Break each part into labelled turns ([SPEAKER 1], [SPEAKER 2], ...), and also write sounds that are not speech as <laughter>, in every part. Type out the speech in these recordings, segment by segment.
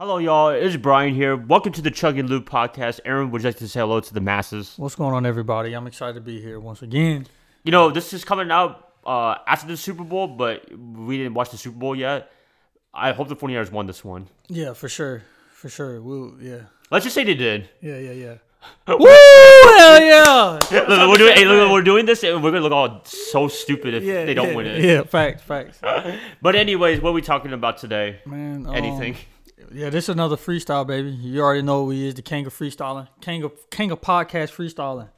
[SPEAKER 1] Hello, y'all. It's Brian here. Welcome to the Chug and Loop podcast. Aaron, would you like to say hello to the masses?
[SPEAKER 2] What's going on, everybody? I'm excited to be here once again.
[SPEAKER 1] You know, this is coming out uh, after the Super Bowl, but we didn't watch the Super Bowl yet. I hope the 49ers won this one.
[SPEAKER 2] Yeah, for sure, for sure. We'll, yeah,
[SPEAKER 1] Let's just say they
[SPEAKER 2] <laughs>
[SPEAKER 1] did.
[SPEAKER 2] yeah, yeah, yeah. Woo! Hell yeah!
[SPEAKER 1] Look, look, we're, doing, hey, look, look, we're doing this, and we're going to look all so stupid if
[SPEAKER 2] Yeah,
[SPEAKER 1] they don't
[SPEAKER 2] yeah,
[SPEAKER 1] win it.
[SPEAKER 2] Yeah, facts, facts.
[SPEAKER 1] But, anyways, what are we talking about today?
[SPEAKER 2] Man, um, <laughs>
[SPEAKER 1] Anything?
[SPEAKER 2] Yeah, this is another freestyle, baby. You already know we is the king of freestyling, king of king of podcast freestyling.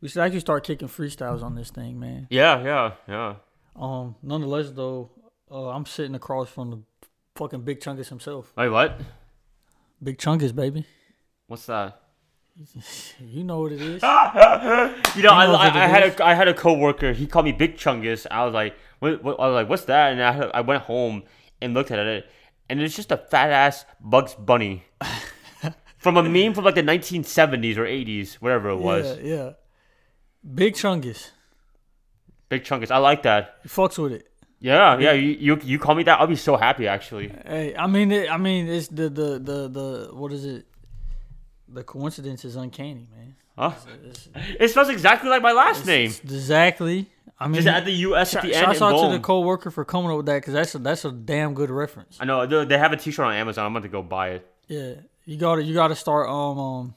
[SPEAKER 2] We should actually start kicking freestyles on this thing, man.
[SPEAKER 1] yeah, yeah, yeah.
[SPEAKER 2] Um, nonetheless, though, uh, I'm sitting across from the fucking Big Chungus himself.
[SPEAKER 1] Wait, what?
[SPEAKER 2] Big Chungus, baby.
[SPEAKER 1] What's that?
[SPEAKER 2] You know what
[SPEAKER 1] <laughs>
[SPEAKER 2] it is.
[SPEAKER 1] You know, I,
[SPEAKER 2] know what it
[SPEAKER 1] I, I had
[SPEAKER 2] is?
[SPEAKER 1] a I had a coworker. He called me Big Chungus. I was like, what, what, I was like, what's that? And I had, I went home and looked at it, and it's just a fat ass Bugs Bunny
[SPEAKER 2] <laughs>
[SPEAKER 1] from a meme from like the 1970s or 80s, whatever it was.
[SPEAKER 2] Yeah, yeah. Big Chungus.
[SPEAKER 1] Big Chungus. I like that.
[SPEAKER 2] He fucks with it.
[SPEAKER 1] Yeah, yeah. You, you you call me that? I'll be so happy actually.
[SPEAKER 2] Hey, I mean, it, I mean, it's the the the the what is it? The coincidence is uncanny, man.
[SPEAKER 1] Huh? It smells exactly like my last name.
[SPEAKER 2] It's exactly. I mean,
[SPEAKER 1] Just add the U.S. at
[SPEAKER 2] shout
[SPEAKER 1] the end.
[SPEAKER 2] shouts
[SPEAKER 1] and
[SPEAKER 2] out to the
[SPEAKER 1] boom.
[SPEAKER 2] coworker for coming up with that because that's a, that's a damn good reference.
[SPEAKER 1] I know they they have a T-shirt on Amazon. I'm about to go buy it.
[SPEAKER 2] Yeah, you got to you got to start um um.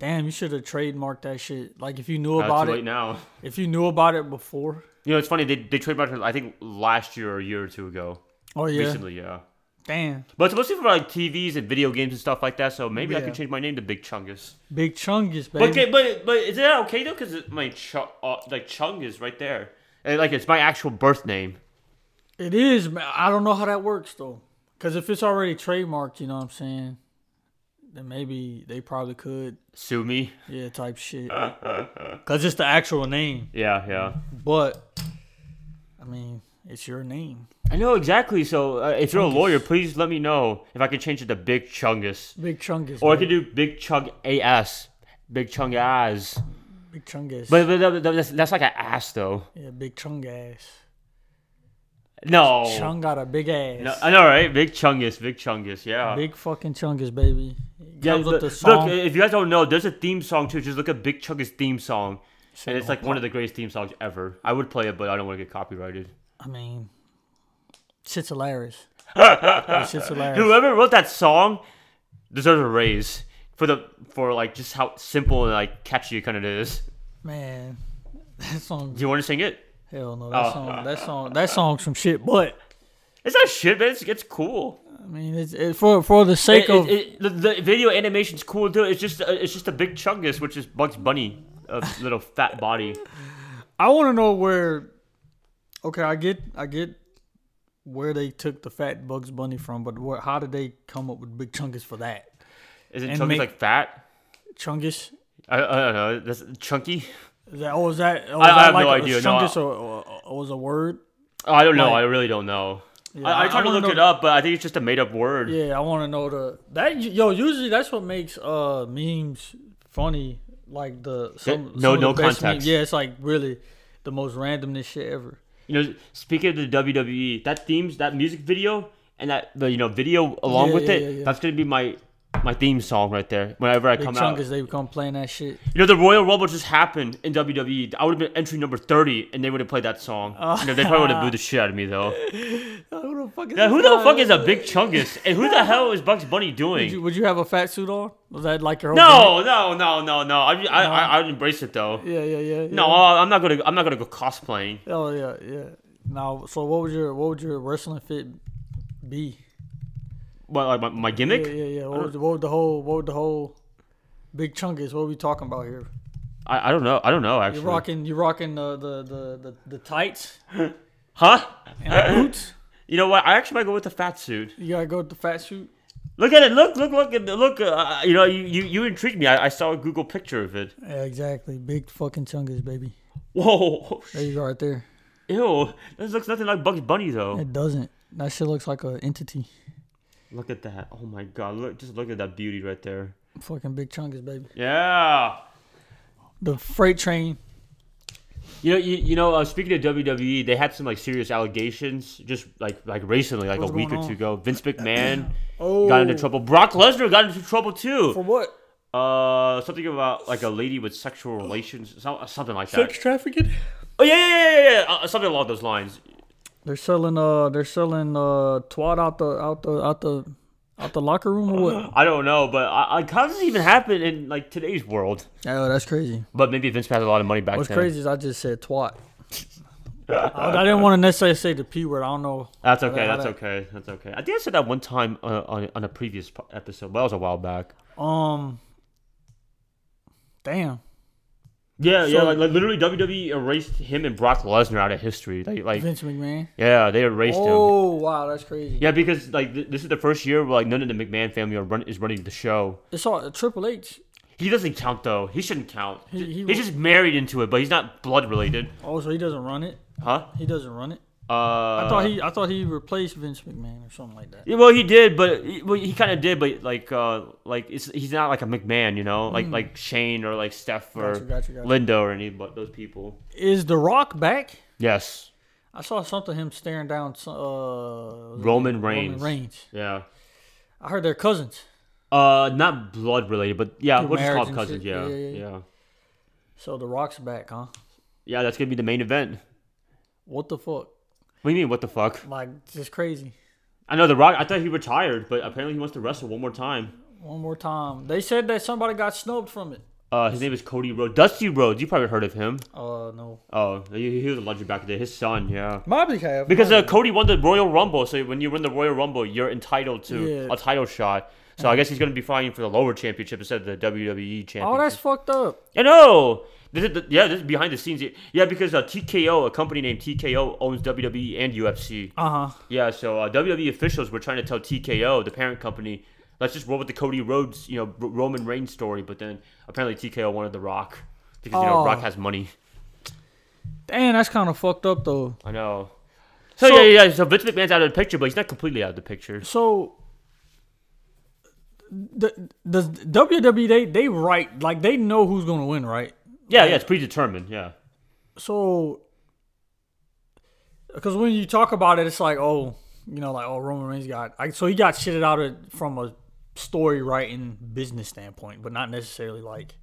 [SPEAKER 2] Damn, you should have trademarked that shit. Like if you knew
[SPEAKER 1] Uh,
[SPEAKER 2] about
[SPEAKER 1] too
[SPEAKER 2] it,
[SPEAKER 1] late now.
[SPEAKER 2] if you knew about it before.
[SPEAKER 1] You know, it's funny. They they trademarked it, I think last year or a year or two ago.
[SPEAKER 2] Oh yeah,
[SPEAKER 1] Recently, yeah.
[SPEAKER 2] damn,
[SPEAKER 1] But it's mostly for like TVs and video games and stuff like that. So maybe I
[SPEAKER 2] Yeah.
[SPEAKER 1] could change my name to Big Chungus.
[SPEAKER 2] Big Chungus, baby.
[SPEAKER 1] But okay, but but is that okay though? Because my Chu- uh, like Chung is right there, and like it's my actual birth name.
[SPEAKER 2] It is. ma- I don't know how that works though, because if it's already trademarked, you know what I'm saying. Then maybe they probably could,
[SPEAKER 1] Sue me.
[SPEAKER 2] yeah,
[SPEAKER 1] <laughs>
[SPEAKER 2] type shit. Cause it's the actual name,
[SPEAKER 1] Yeah, yeah.
[SPEAKER 2] but I mean, it's your name,
[SPEAKER 1] I know exactly. So uh, if you're a lawyer, please let me know if I can change it to Big Chungus,
[SPEAKER 2] Big Chungus,
[SPEAKER 1] or I
[SPEAKER 2] man.
[SPEAKER 1] could do Big Chug AS, Big Chung AS.
[SPEAKER 2] Big Chungus,
[SPEAKER 1] But, but that- that's, that's like an ass though.
[SPEAKER 2] yeah, Big Chungass.
[SPEAKER 1] No.
[SPEAKER 2] Chung got a big ass,
[SPEAKER 1] Oh. no, I know, right? Big Chungus, Big Chungus, yeah.
[SPEAKER 2] big fucking Chungus, baby. It
[SPEAKER 1] Yeah,
[SPEAKER 2] comes with
[SPEAKER 1] look,
[SPEAKER 2] the song.
[SPEAKER 1] look, if you guys don't know, there's a theme song too. Just look at Big Chugga's theme song, and it's like one of the greatest theme songs ever. I would play it, but I don't want to get copyrighted.
[SPEAKER 2] I mean,
[SPEAKER 1] <laughs>
[SPEAKER 2] shit's hilarious. shit's hilarious.
[SPEAKER 1] Whoever wrote that song deserves a raise for the for like just how simple and like catchy it kind of is.
[SPEAKER 2] Man, <laughs> that song
[SPEAKER 1] Do you want to sing it?
[SPEAKER 2] Hell no,
[SPEAKER 1] Oh.
[SPEAKER 2] that song, that song, that song's some shit. But
[SPEAKER 1] It's not shit, but it's it's cool.
[SPEAKER 2] I mean, it's it, for for the sake
[SPEAKER 1] It,
[SPEAKER 2] of
[SPEAKER 1] it, it- the, the video animation's cool too. It's just uh, it's just a Big Chungus, which is Bugs Bunny, a little fat body.
[SPEAKER 2] I want to know where. Okay, I get, I get where they took the fat Bugs Bunny from, but where, how did they come up with Big Chungus for that?
[SPEAKER 1] Isn't
[SPEAKER 2] And
[SPEAKER 1] Chungus
[SPEAKER 2] make-
[SPEAKER 1] like fat?
[SPEAKER 2] Chungus?
[SPEAKER 1] I, I don't know. That's chunky.
[SPEAKER 2] Is that, oh, is that? Oh, is
[SPEAKER 1] I- I
[SPEAKER 2] that
[SPEAKER 1] have
[SPEAKER 2] like
[SPEAKER 1] no
[SPEAKER 2] a-
[SPEAKER 1] idea, no,
[SPEAKER 2] Chungus or, or, or was a word?
[SPEAKER 1] Oh, I don't know. I
[SPEAKER 2] Like-
[SPEAKER 1] really don't know.
[SPEAKER 2] I-
[SPEAKER 1] I, I
[SPEAKER 2] I
[SPEAKER 1] tried to
[SPEAKER 2] wanna
[SPEAKER 1] look
[SPEAKER 2] know-
[SPEAKER 1] it up, but I think it's just a made up word.
[SPEAKER 2] Yeah, I want to know the that yo. Usually, that's what makes uh memes funny. Like the
[SPEAKER 1] no-
[SPEAKER 2] some, some of the
[SPEAKER 1] no
[SPEAKER 2] best
[SPEAKER 1] context.
[SPEAKER 2] Memes. Yeah, it's like really the most randomness shit ever.
[SPEAKER 1] You know, speaking of the WWE, that themes, that music video, and that the you know video along
[SPEAKER 2] Yeah,
[SPEAKER 1] with
[SPEAKER 2] yeah,
[SPEAKER 1] it,
[SPEAKER 2] yeah, yeah.
[SPEAKER 1] that's gonna be my my theme song right there. Whenever I
[SPEAKER 2] Big
[SPEAKER 1] come out,
[SPEAKER 2] Chungus, they come playing that shit.
[SPEAKER 1] you know, the Royal Rumble just happened in WWE. I would have been entry number thirty, and they would have played that song.
[SPEAKER 2] Oh.
[SPEAKER 1] You know, they probably would have booed the shit out of me though.
[SPEAKER 2] Who the fuck is
[SPEAKER 1] Now, who the fuck is a big chungus, and who
[SPEAKER 2] <laughs>
[SPEAKER 1] the hell is Bugs Bunny doing?
[SPEAKER 2] Would you, would you have a fat suit on? Was that like your whole
[SPEAKER 1] no, no, no, no, no. I, I, I, I would embrace it though.
[SPEAKER 2] gimmick? Yeah, yeah, yeah. yeah.
[SPEAKER 1] No, I'm not gonna. I'm not gonna go cosplaying.
[SPEAKER 2] Oh yeah, yeah. Now, so what would your what would your wrestling fit be?
[SPEAKER 1] What, like my, my
[SPEAKER 2] Yeah,
[SPEAKER 1] gimmick?
[SPEAKER 2] yeah, yeah. What
[SPEAKER 1] Uh,
[SPEAKER 2] would, what would the whole what would the whole big chunk is? What are we talking about here?
[SPEAKER 1] I, I don't know. I don't know
[SPEAKER 2] You
[SPEAKER 1] actually.
[SPEAKER 2] rocking you rocking the the the the, the tights
[SPEAKER 1] Huh?
[SPEAKER 2] and
[SPEAKER 1] Uh,
[SPEAKER 2] the boots.
[SPEAKER 1] <laughs> You know what? I actually might go with the fat suit.
[SPEAKER 2] You gotta go with the fat suit.
[SPEAKER 1] Look at it. Look, look, look, and look. Uh, you know, you, you, you intrigued me. I, I saw a Google picture of it. <laughs>
[SPEAKER 2] Yeah, exactly. Big fucking chungus, baby.
[SPEAKER 1] Whoa.
[SPEAKER 2] There you go, right there.
[SPEAKER 1] Ew. This looks nothing like Bugs Bunny though.
[SPEAKER 2] It doesn't. That shit looks like a entity.
[SPEAKER 1] Look at that. Oh my god. Look, just look at that beauty right there.
[SPEAKER 2] Fucking big chungus, baby.
[SPEAKER 1] Yeah.
[SPEAKER 2] The freight train.
[SPEAKER 1] You know, you, you know. Uh, speaking of WWE, they had some like serious allegations just like like recently, like
[SPEAKER 2] What's
[SPEAKER 1] a week
[SPEAKER 2] going
[SPEAKER 1] or
[SPEAKER 2] on?
[SPEAKER 1] two ago. Vince McMahon
[SPEAKER 2] <clears throat> Oh,
[SPEAKER 1] got into trouble. Brock Lesnar got into trouble too.
[SPEAKER 2] for what?
[SPEAKER 1] Uh, something about like a lady with sexual relations, so- something like that.
[SPEAKER 2] Sex trafficking.
[SPEAKER 1] Oh yeah, yeah, yeah, yeah, yeah. Uh, something along those lines.
[SPEAKER 2] They're selling uh they're selling uh twat out the out the out the out the locker room or what?
[SPEAKER 1] I don't know, but I, like, how does it even happen in like today's world?
[SPEAKER 2] Oh, that's crazy.
[SPEAKER 1] But maybe Vince has a lot of money back
[SPEAKER 2] What's
[SPEAKER 1] then.
[SPEAKER 2] crazy is I just said <laughs> twat. I, I didn't want to necessarily say the p word. I don't know.
[SPEAKER 1] That's okay.
[SPEAKER 2] I- I-
[SPEAKER 1] That's okay. That's okay. I think I said that one time uh, on on a previous po- episode. Well, that was a while back.
[SPEAKER 2] Um. Damn.
[SPEAKER 1] Yeah, yeah.
[SPEAKER 2] So-
[SPEAKER 1] Like, like literally, WWE erased him and Brock Lesnar out of history. Like, like
[SPEAKER 2] Vince McMahon.
[SPEAKER 1] yeah, they erased him.
[SPEAKER 2] Oh wow, that's crazy.
[SPEAKER 1] Yeah, because like th- this is the first year where like none of the McMahon family are run- is running the show.
[SPEAKER 2] It's all uh, Triple H.
[SPEAKER 1] He doesn't count though. He shouldn't count.
[SPEAKER 2] He- he-
[SPEAKER 1] he's just married into it, but he's not blood related,
[SPEAKER 2] Oh, so he doesn't run it.
[SPEAKER 1] huh?
[SPEAKER 2] He doesn't run it.
[SPEAKER 1] Uh,
[SPEAKER 2] I thought he I thought he replaced Vince McMahon or something like that.
[SPEAKER 1] Yeah, well, he did, but well, he kind of did, but like, uh, like it's, he's not like a McMahon, you know, like like Shane or like Steph or
[SPEAKER 2] Hmm. Gotcha, gotcha, gotcha.
[SPEAKER 1] Linda or any but those people.
[SPEAKER 2] Is The Rock back?
[SPEAKER 1] Yes,
[SPEAKER 2] I saw something of him staring down some, uh
[SPEAKER 1] Roman Reigns.
[SPEAKER 2] Roman Reigns.
[SPEAKER 1] Yeah,
[SPEAKER 2] I heard they're cousins.
[SPEAKER 1] uh, not blood related, but yeah,
[SPEAKER 2] Through
[SPEAKER 1] we'll just call
[SPEAKER 2] marriage
[SPEAKER 1] them
[SPEAKER 2] and
[SPEAKER 1] cousins.
[SPEAKER 2] shit.
[SPEAKER 1] Yeah,
[SPEAKER 2] Yeah,
[SPEAKER 1] yeah,
[SPEAKER 2] yeah,
[SPEAKER 1] yeah,
[SPEAKER 2] So The Rock's back, huh?
[SPEAKER 1] Yeah, That's gonna be the main event.
[SPEAKER 2] What the fuck?
[SPEAKER 1] What do you mean? What the fuck?
[SPEAKER 2] Like just crazy.
[SPEAKER 1] I know the Rock. I thought he retired, but apparently he wants to wrestle one more time.
[SPEAKER 2] One more time. They said that somebody got snubbed from it.
[SPEAKER 1] Uh, his name is Cody Rhodes. Dusty Rhodes. You probably heard of him.
[SPEAKER 2] Uh no.
[SPEAKER 1] Oh, he, he was a legend back in the day. His son, yeah.
[SPEAKER 2] Probably have.
[SPEAKER 1] Because uh, Cody won the Royal Rumble, so when you win the Royal Rumble, you're entitled to
[SPEAKER 2] Yeah.
[SPEAKER 1] a title shot. So I guess he's going to be fighting for the lower championship instead of the WWE championship.
[SPEAKER 2] Oh, that's fucked up.
[SPEAKER 1] I know. This is the, yeah, this is behind the scenes. Yeah, because uh, TKO, a company named TKO, owns WWE and UFC.
[SPEAKER 2] Uh huh.
[SPEAKER 1] Yeah, so uh, WWE officials were trying to tell TKO, the parent company, let's just roll with the Cody Rhodes, you know, R- Roman Reigns story. But then apparently TKO wanted The Rock because you know
[SPEAKER 2] Oh.
[SPEAKER 1] Rock has money.
[SPEAKER 2] Damn, that's kind of fucked up though.
[SPEAKER 1] I know. So,
[SPEAKER 2] So-
[SPEAKER 1] yeah, yeah. So Vince McMahon's out of the picture, but he's not completely out of the picture.
[SPEAKER 2] So the the WWE they they right like they know who's gonna win, right?
[SPEAKER 1] Yeah, yeah, it's predetermined. Yeah,
[SPEAKER 2] So because when you talk about it, it's like oh you know like oh Roman Reigns got I, so he got shitted out of from a story writing business standpoint, but not necessarily like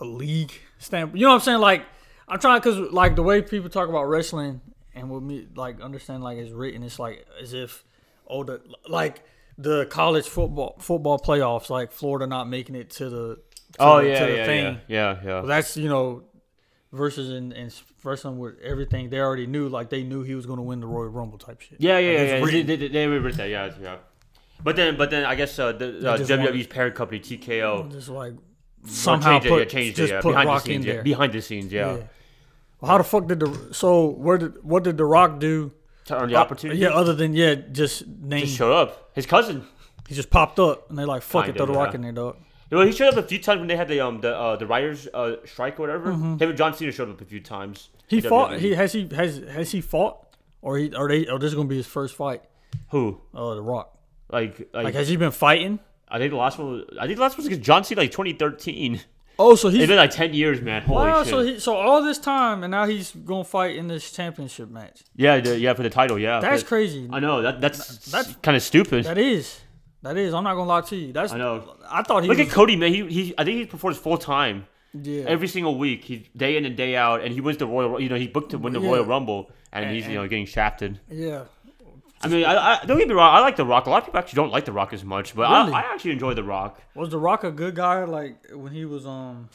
[SPEAKER 2] a league standpoint. You know what I'm saying? Like I'm trying because like the way people talk about wrestling and what me like understand like it's written, it's like as if oh the like the college football football playoffs like Florida not making it to the to
[SPEAKER 1] Oh
[SPEAKER 2] the,
[SPEAKER 1] yeah,
[SPEAKER 2] to the
[SPEAKER 1] yeah,
[SPEAKER 2] thing.
[SPEAKER 1] yeah, yeah, yeah.
[SPEAKER 2] Well, that's you know, versus in, in wrestling with everything they already knew, like they knew he was going to win the Royal Rumble type shit.
[SPEAKER 1] Yeah, yeah,
[SPEAKER 2] Like,
[SPEAKER 1] yeah.
[SPEAKER 2] it's
[SPEAKER 1] yeah.
[SPEAKER 2] written-
[SPEAKER 1] They, they, they reversed that. Yeah, yeah. But then, but then, I guess uh, the uh,
[SPEAKER 2] just
[SPEAKER 1] WWE's parent company TKO
[SPEAKER 2] just like somehow
[SPEAKER 1] changed
[SPEAKER 2] put
[SPEAKER 1] it, yeah, changed
[SPEAKER 2] just
[SPEAKER 1] it, yeah.
[SPEAKER 2] put
[SPEAKER 1] behind
[SPEAKER 2] Rock
[SPEAKER 1] the scenes,
[SPEAKER 2] in
[SPEAKER 1] Yeah.
[SPEAKER 2] there.
[SPEAKER 1] behind the scenes, yeah.
[SPEAKER 2] Yeah. Well, how the fuck did the so where did what did the Rock do? Uh,
[SPEAKER 1] To earn the opportunity,
[SPEAKER 2] Yeah, other than yeah, just name
[SPEAKER 1] just showed up. His cousin.
[SPEAKER 2] he just popped up and they like fuck it,
[SPEAKER 1] Kinda,
[SPEAKER 2] throw the Rock
[SPEAKER 1] yeah.
[SPEAKER 2] in there, dog.
[SPEAKER 1] Well, he showed up a few times when they had the um the uh, the writers uh, strike or whatever. Him and John Cena showed up a few times.
[SPEAKER 2] Mm-hmm.
[SPEAKER 1] E.
[SPEAKER 2] He
[SPEAKER 1] in
[SPEAKER 2] fought.
[SPEAKER 1] WWE.
[SPEAKER 2] He has he has has he fought or he are they? Oh, this is gonna be his first fight.
[SPEAKER 1] who
[SPEAKER 2] Oh, the Rock.
[SPEAKER 1] like like,
[SPEAKER 2] Like, has he been fighting?
[SPEAKER 1] I think the last one. Was, I think the last one was against John Cena like 2013.
[SPEAKER 2] Oh, so he's
[SPEAKER 1] It's been like 10 years, man. Holy
[SPEAKER 2] Wow,
[SPEAKER 1] shit.
[SPEAKER 2] so he, so all this time, and now he's gonna fight in this championship match.
[SPEAKER 1] yeah, the, yeah, for the title, yeah.
[SPEAKER 2] That's
[SPEAKER 1] But-
[SPEAKER 2] crazy.
[SPEAKER 1] I know that that's
[SPEAKER 2] That's-
[SPEAKER 1] kind of stupid.
[SPEAKER 2] That is, that is. I'm not gonna lie to you. That's.
[SPEAKER 1] I know.
[SPEAKER 2] I thought he
[SPEAKER 1] Look
[SPEAKER 2] was.
[SPEAKER 1] at Cody, man. He, he I think he performs full time
[SPEAKER 2] yeah.
[SPEAKER 1] every single week. He day in and day out, and he wins the Royal. You know, he booked to win the
[SPEAKER 2] Yeah.
[SPEAKER 1] Royal Rumble, and, he's you know getting shafted.
[SPEAKER 2] yeah.
[SPEAKER 1] I mean, I, I, don't get me wrong. I like The Rock. A lot of people actually don't like The Rock as much, but
[SPEAKER 2] Really?
[SPEAKER 1] I, I actually enjoy The Rock.
[SPEAKER 2] Was The Rock a good guy? Like when he was um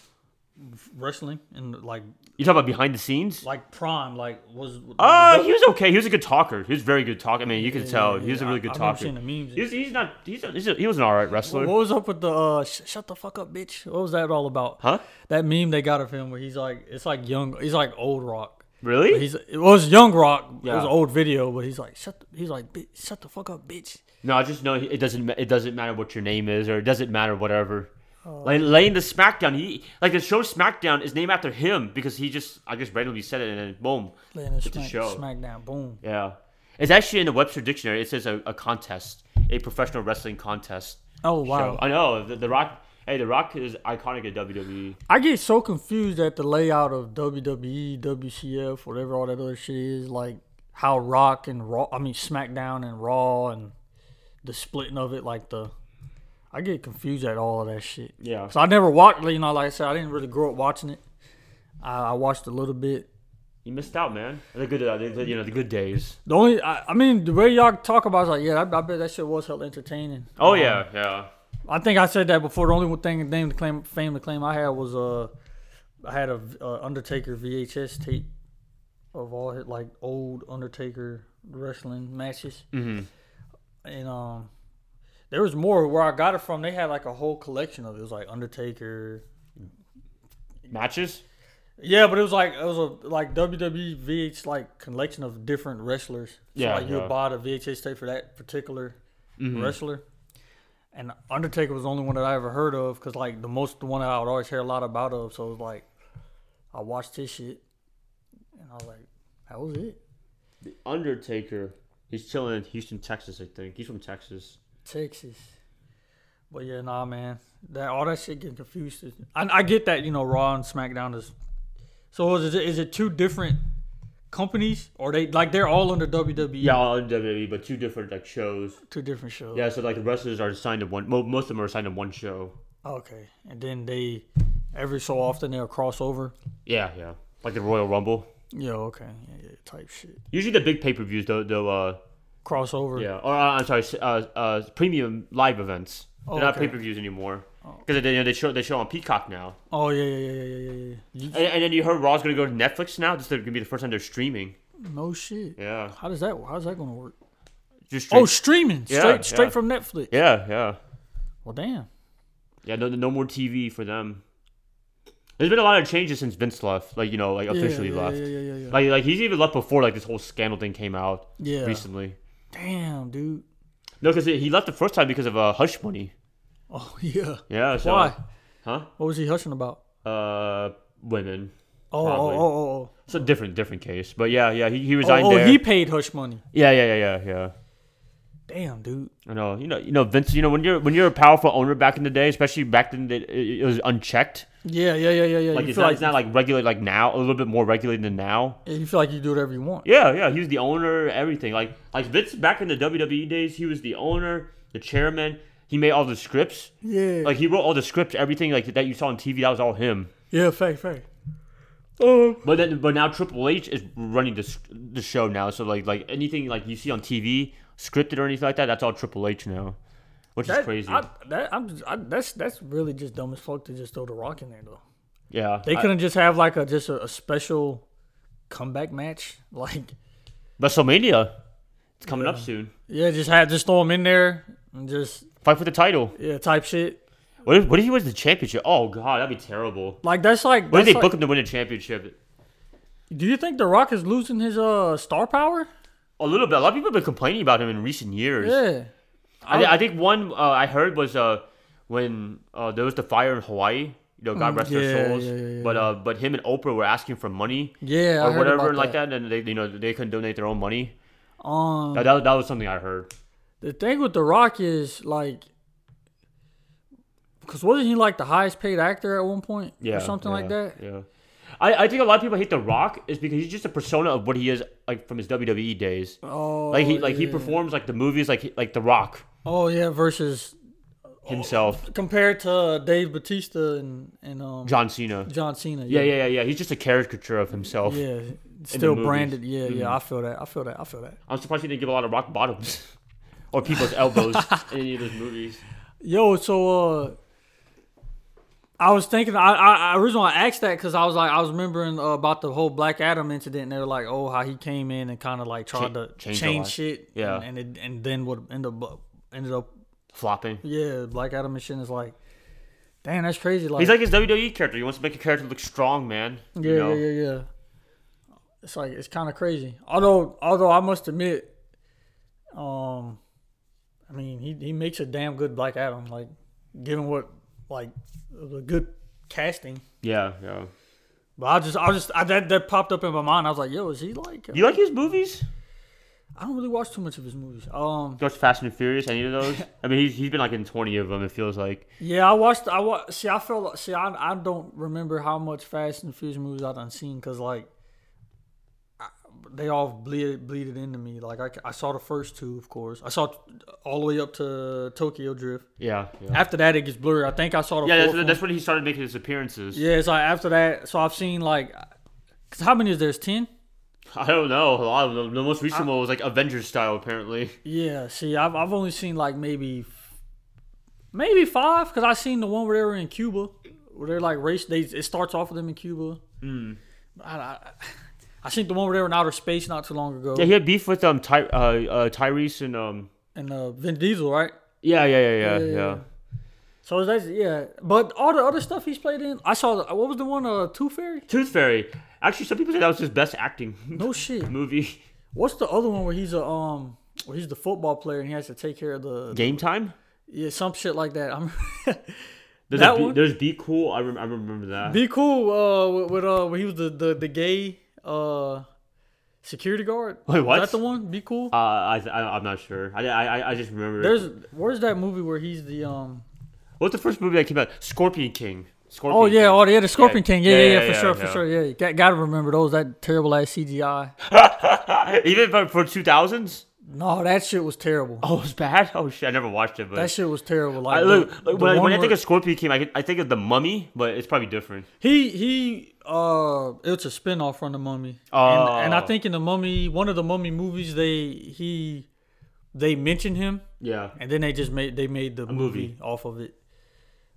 [SPEAKER 2] wrestling and like
[SPEAKER 1] You talk about behind the scenes.
[SPEAKER 2] like prime. Like was.
[SPEAKER 1] Uh, he was okay. He was a good talker. He was a very good talker. I mean, you can tell he was a really good
[SPEAKER 2] I've never
[SPEAKER 1] talker.
[SPEAKER 2] seen the memes.
[SPEAKER 1] He's, he's not. He's, a, he's a, he was an all right wrestler.
[SPEAKER 2] what was up with the uh, sh- shut the fuck up, bitch? What was that all about?
[SPEAKER 1] Huh?
[SPEAKER 2] That meme they got of him where he's like, it's like young, he's like old rock.
[SPEAKER 1] Really?
[SPEAKER 2] But he's it was Young Rock. It was
[SPEAKER 1] Yeah.
[SPEAKER 2] an old video, but he's like, shut. The, he's like, bitch, shut the fuck up, bitch.
[SPEAKER 1] No, I just know it doesn't. ma- It doesn't matter what your name is, or it doesn't matter whatever.
[SPEAKER 2] Oh.
[SPEAKER 1] Like laying the SmackDown, he like the show SmackDown is named after him because he just I just randomly said it and then boom,
[SPEAKER 2] Laying this
[SPEAKER 1] It's a
[SPEAKER 2] smack,
[SPEAKER 1] show.
[SPEAKER 2] smackdown, boom.
[SPEAKER 1] yeah. It's actually in the Webster Dictionary. It says a, a contest, a professional wrestling contest.
[SPEAKER 2] Oh wow!
[SPEAKER 1] So, I know the, the Rock. Hey, the Rock is iconic at E. WWE.
[SPEAKER 2] I get so confused at the layout of E, WWE, WCF, whatever all that other shit is. Like how Rock and Raw, I mean SmackDown and Raw and the splitting of it, like the. I get confused at all of that shit.
[SPEAKER 1] Yeah.
[SPEAKER 2] So I never watched, you know, like I said, I didn't really grow up watching it. I, I watched a little bit.
[SPEAKER 1] You missed out, man. The good, uh, the, the- you know, the good days.
[SPEAKER 2] The only, I, I mean, the way y'all talk about, it, I was like, yeah, I, I bet that shit was hell entertaining.
[SPEAKER 1] Oh
[SPEAKER 2] Um,
[SPEAKER 1] yeah, yeah.
[SPEAKER 2] I think I said that before. The only one thing, name to claim, fame to claim, I had was uh, I had a v- uh, Undertaker VHS tape of all his, like old Undertaker wrestling matches,
[SPEAKER 1] Mhm.
[SPEAKER 2] and um, there was more where I got it from. They had like a whole collection of it. It was like Undertaker.
[SPEAKER 1] Matches.
[SPEAKER 2] Yeah, but it was like it was a like WWE VH like collection of different wrestlers. So
[SPEAKER 1] Yeah,
[SPEAKER 2] like you
[SPEAKER 1] yeah. Mm-hmm.
[SPEAKER 2] would buy the VHS tape for that particular wrestler. And Undertaker was the only one that I ever heard of because like the most the one that I would always hear a lot about of. So it was like I watched his shit, and I was like, that was it.
[SPEAKER 1] Undertaker. He's chilling in Houston, Texas. I think he's from Texas.
[SPEAKER 2] Texas. But yeah, nah, man. That all that shit getting confused. is- I, I get that you know Raw and SmackDown is. So is it, is it two different companies or they like they're all under WWE?
[SPEAKER 1] Yeah, all in WWE, but two different like shows.
[SPEAKER 2] two different shows.
[SPEAKER 1] Yeah, so like the wrestlers are assigned to one. Mo- most of them are assigned to one show.
[SPEAKER 2] Okay, and then they every so often they'll cross over.
[SPEAKER 1] Yeah, yeah. Like the Royal Rumble.
[SPEAKER 2] Yeah, okay, yeah, yeah type shit.
[SPEAKER 1] Usually the big pay per views, though. Though. Uh,
[SPEAKER 2] Crossover.
[SPEAKER 1] yeah. Or uh, I'm sorry. s- Uh, uh, premium live events. They're
[SPEAKER 2] Oh,
[SPEAKER 1] not
[SPEAKER 2] okay.
[SPEAKER 1] pay per views anymore. Because they, you know, they show they show on Peacock now.
[SPEAKER 2] Oh yeah, yeah, yeah, yeah, yeah, yeah. You,
[SPEAKER 1] And, and then you heard Raw's gonna go to Netflix now. This is gonna be the first time they're streaming.
[SPEAKER 2] no shit.
[SPEAKER 1] Yeah.
[SPEAKER 2] How does that? How's that gonna work?
[SPEAKER 1] Just
[SPEAKER 2] Oh,
[SPEAKER 1] straight-
[SPEAKER 2] streaming
[SPEAKER 1] Yeah,
[SPEAKER 2] straight straight
[SPEAKER 1] yeah.
[SPEAKER 2] from Netflix.
[SPEAKER 1] yeah, yeah,
[SPEAKER 2] Well, damn.
[SPEAKER 1] yeah. No, no more TV for them. There's been a lot of changes since Vince left. Like you know, like
[SPEAKER 2] Yeah,
[SPEAKER 1] officially
[SPEAKER 2] yeah,
[SPEAKER 1] left.
[SPEAKER 2] Yeah, yeah, yeah, yeah.
[SPEAKER 1] Like like he's even left before like this whole scandal thing came out
[SPEAKER 2] yeah.
[SPEAKER 1] recently.
[SPEAKER 2] Damn, dude.
[SPEAKER 1] No, because he left the first time because of uh, hush money.
[SPEAKER 2] Oh <laughs> yeah.
[SPEAKER 1] Yeah. So,
[SPEAKER 2] Why?
[SPEAKER 1] Huh?
[SPEAKER 2] What was he hushing about?
[SPEAKER 1] Uh, women.
[SPEAKER 2] Oh, oh,
[SPEAKER 1] Probably.
[SPEAKER 2] oh, oh, oh.
[SPEAKER 1] It's a different different case, but yeah, yeah. He, he
[SPEAKER 2] Oh,
[SPEAKER 1] resigned
[SPEAKER 2] oh,
[SPEAKER 1] there.
[SPEAKER 2] he paid hush money.
[SPEAKER 1] Yeah, yeah, yeah, yeah, yeah.
[SPEAKER 2] Damn, dude.
[SPEAKER 1] I know. You know. You know, Vince. You know, when you're when you're a powerful owner back in the day, especially back then, it, it was unchecked.
[SPEAKER 2] Yeah, yeah, yeah, yeah, yeah.
[SPEAKER 1] Like
[SPEAKER 2] you
[SPEAKER 1] it's
[SPEAKER 2] feel
[SPEAKER 1] not,
[SPEAKER 2] like
[SPEAKER 1] it's not like regulated like now. A little bit more regulated than now.
[SPEAKER 2] yeah, you feel like you do whatever you want.
[SPEAKER 1] Yeah, yeah, he was the owner, everything. Like like Vince back in the WWE days, he was the owner, the chairman. He made all the scripts.
[SPEAKER 2] Yeah.
[SPEAKER 1] Like he wrote all the scripts, everything like that you saw on TV, that was all him.
[SPEAKER 2] yeah, fact, fact. Oh.
[SPEAKER 1] But then, but now Triple H is running the s- the show now. So like like anything like you see on TV, scripted or anything like that, that's all Triple H now, which is
[SPEAKER 2] That,
[SPEAKER 1] crazy.
[SPEAKER 2] I, that, I'm just, I, that's that's really just dumb as fuck to just throw the rock in there though.
[SPEAKER 1] yeah,
[SPEAKER 2] They
[SPEAKER 1] I-
[SPEAKER 2] couldn't just have like a just a, a special comeback match. <laughs> Like
[SPEAKER 1] WrestleMania, it's coming up soon.
[SPEAKER 2] yeah, just have just throw him in there and just
[SPEAKER 1] Fight for the title.
[SPEAKER 2] yeah type shit.
[SPEAKER 1] What if what if he was the championship? Oh god, that'd be terrible.
[SPEAKER 2] Like that's like
[SPEAKER 1] What if
[SPEAKER 2] that's
[SPEAKER 1] they
[SPEAKER 2] like,
[SPEAKER 1] book him to win a championship?
[SPEAKER 2] Do you think the Rock is losing his uh star power?
[SPEAKER 1] A little bit. A lot of people have been complaining about him in recent years.
[SPEAKER 2] Yeah.
[SPEAKER 1] I, thi- I think one uh, I heard was uh, when uh, there was the fire in Hawaii. You know, God rest
[SPEAKER 2] Mm, yeah,
[SPEAKER 1] their souls.
[SPEAKER 2] yeah, yeah,
[SPEAKER 1] But uh, but him and Oprah were asking for money
[SPEAKER 2] Yeah, I
[SPEAKER 1] or
[SPEAKER 2] heard
[SPEAKER 1] whatever
[SPEAKER 2] about
[SPEAKER 1] and like that. and they you know they couldn't donate their own money.
[SPEAKER 2] Um,
[SPEAKER 1] That, that, that was something I heard.
[SPEAKER 2] the thing with The Rock is like, because wasn't he like the highest paid actor at one point
[SPEAKER 1] Yeah,
[SPEAKER 2] or something
[SPEAKER 1] yeah,
[SPEAKER 2] like that?
[SPEAKER 1] Yeah, I, I think a lot of people hate The Rock is because he's just a persona of what he is like from his WWE days.
[SPEAKER 2] Oh,
[SPEAKER 1] Like he like he
[SPEAKER 2] yeah.
[SPEAKER 1] performs like the movies like he- like The Rock
[SPEAKER 2] Oh yeah, versus
[SPEAKER 1] himself,
[SPEAKER 2] compared to uh, Dave Batista and and um John,
[SPEAKER 1] John Cena.
[SPEAKER 2] Cena.
[SPEAKER 1] Yeah, yeah, yeah, yeah. He's just a caricature of himself.
[SPEAKER 2] yeah. Still
[SPEAKER 1] movies. Mm-hmm.
[SPEAKER 2] branded. Yeah, yeah. I feel that. I feel that. I feel that.
[SPEAKER 1] I'm surprised he didn't give a lot of rock <laughs> bottoms or people's elbows in any of those movies.
[SPEAKER 2] Yo, so uh, I was thinking. I, I I originally I asked that because I was like I was remembering uh, about the whole Black Adam incident. and They were like, oh, how he came in and kind of like tried
[SPEAKER 1] Cha-
[SPEAKER 2] to
[SPEAKER 1] change
[SPEAKER 2] change,
[SPEAKER 1] the line.
[SPEAKER 2] shit.
[SPEAKER 1] Yeah.
[SPEAKER 2] and, and it and then what ended up ended up
[SPEAKER 1] Flopping.
[SPEAKER 2] yeah, Black Adam and shit is like, damn, that's crazy. Like,
[SPEAKER 1] He's like his WWE character. He wants to make a character look strong, man.
[SPEAKER 2] yeah,
[SPEAKER 1] you know?
[SPEAKER 2] yeah, yeah, yeah. It's like it's kind of crazy. Although although I must admit, um, I mean he he makes a damn good Black Adam. Like, given what like the good casting.
[SPEAKER 1] yeah, yeah.
[SPEAKER 2] But I just, I just, I, that that popped up in my mind. I was like, "Yo, is he like?"
[SPEAKER 1] Do you like his movies?
[SPEAKER 2] I don't really watch too much of his movies. Um,
[SPEAKER 1] Just Fast and Furious, any of <laughs> those? I mean, he's, he's been like in 20 of them, it feels like.
[SPEAKER 2] yeah, I watched. I wa- see. I feel. like- See, I, I don't remember how much Fast and Furious movies I done seen because like, I, they all bleed, bleeded into me. Like I, I saw the first two, of course. I saw t- all the way up to Tokyo Drift.
[SPEAKER 1] Yeah. Yeah.
[SPEAKER 2] After that, it gets blurry. I think I saw the
[SPEAKER 1] yeah
[SPEAKER 2] fourth
[SPEAKER 1] that's,
[SPEAKER 2] one.
[SPEAKER 1] that's when he started making his appearances.
[SPEAKER 2] yeah. It's like after that. So I've seen like, cause how many is there? It's ten.
[SPEAKER 1] I don't know. A lot of them. The most recent one was like Avengers style, apparently.
[SPEAKER 2] Yeah, see, I've I've only seen like maybe maybe five because I seen the one where they were in Cuba, where they're like race. They it starts off with them in Cuba. But I, I I seen the one where they were in outer space not too long ago,
[SPEAKER 1] Yeah, he had beef with um Ty- uh, uh, Tyrese and um.
[SPEAKER 2] and uh, Vin Diesel, right?
[SPEAKER 1] Yeah, yeah, yeah, yeah,
[SPEAKER 2] Yeah.
[SPEAKER 1] yeah.
[SPEAKER 2] So that's yeah, but all the other stuff he's played in, I saw what was the one uh Two Fairy?
[SPEAKER 1] Tooth Fairy. Actually, some people say that was his best acting <laughs>
[SPEAKER 2] No shit.
[SPEAKER 1] movie.
[SPEAKER 2] What's the other one where he's a um where he's the football player and he has to take care of the
[SPEAKER 1] Game Time.
[SPEAKER 2] yeah some shit like that. I'm <laughs>
[SPEAKER 1] There's
[SPEAKER 2] That
[SPEAKER 1] a be-
[SPEAKER 2] one?
[SPEAKER 1] There's Be Cool. I, rem- I remember that.
[SPEAKER 2] Be cool. Uh, with, with uh, when he was the the, the gay uh security guard.
[SPEAKER 1] Wait,
[SPEAKER 2] Is
[SPEAKER 1] what?
[SPEAKER 2] that the one? Be cool.
[SPEAKER 1] uh, I, th- I I'm not sure. I I, I- I just remember.
[SPEAKER 2] There's where's that movie where he's the um.
[SPEAKER 1] What's the first movie that came out? Scorpion King. Scorpion
[SPEAKER 2] Oh yeah,
[SPEAKER 1] King.
[SPEAKER 2] oh yeah, the Scorpion King. Yeah, yeah, yeah, for
[SPEAKER 1] yeah,
[SPEAKER 2] sure, for
[SPEAKER 1] yeah.
[SPEAKER 2] sure. Yeah, you got, gotta remember those. That terrible ass CGI. oh.
[SPEAKER 1] <laughs> Even for, for 2000s.
[SPEAKER 2] No, that shit was terrible.
[SPEAKER 1] Oh, it was bad. Oh shit, I never watched it. But
[SPEAKER 2] That shit was terrible. Like,
[SPEAKER 1] I, look,
[SPEAKER 2] the-
[SPEAKER 1] look,
[SPEAKER 2] the
[SPEAKER 1] when, I-
[SPEAKER 2] one
[SPEAKER 1] when I think
[SPEAKER 2] where-
[SPEAKER 1] of Scorpion King, I, could- I think of the Mummy, but it's probably different.
[SPEAKER 2] he he uh, it's a spinoff from the Mummy.
[SPEAKER 1] Oh.
[SPEAKER 2] And, and I think in the Mummy, one of the Mummy movies, they he they mentioned him.
[SPEAKER 1] Yeah.
[SPEAKER 2] and then they just made they made the movie.
[SPEAKER 1] movie.
[SPEAKER 2] off of it.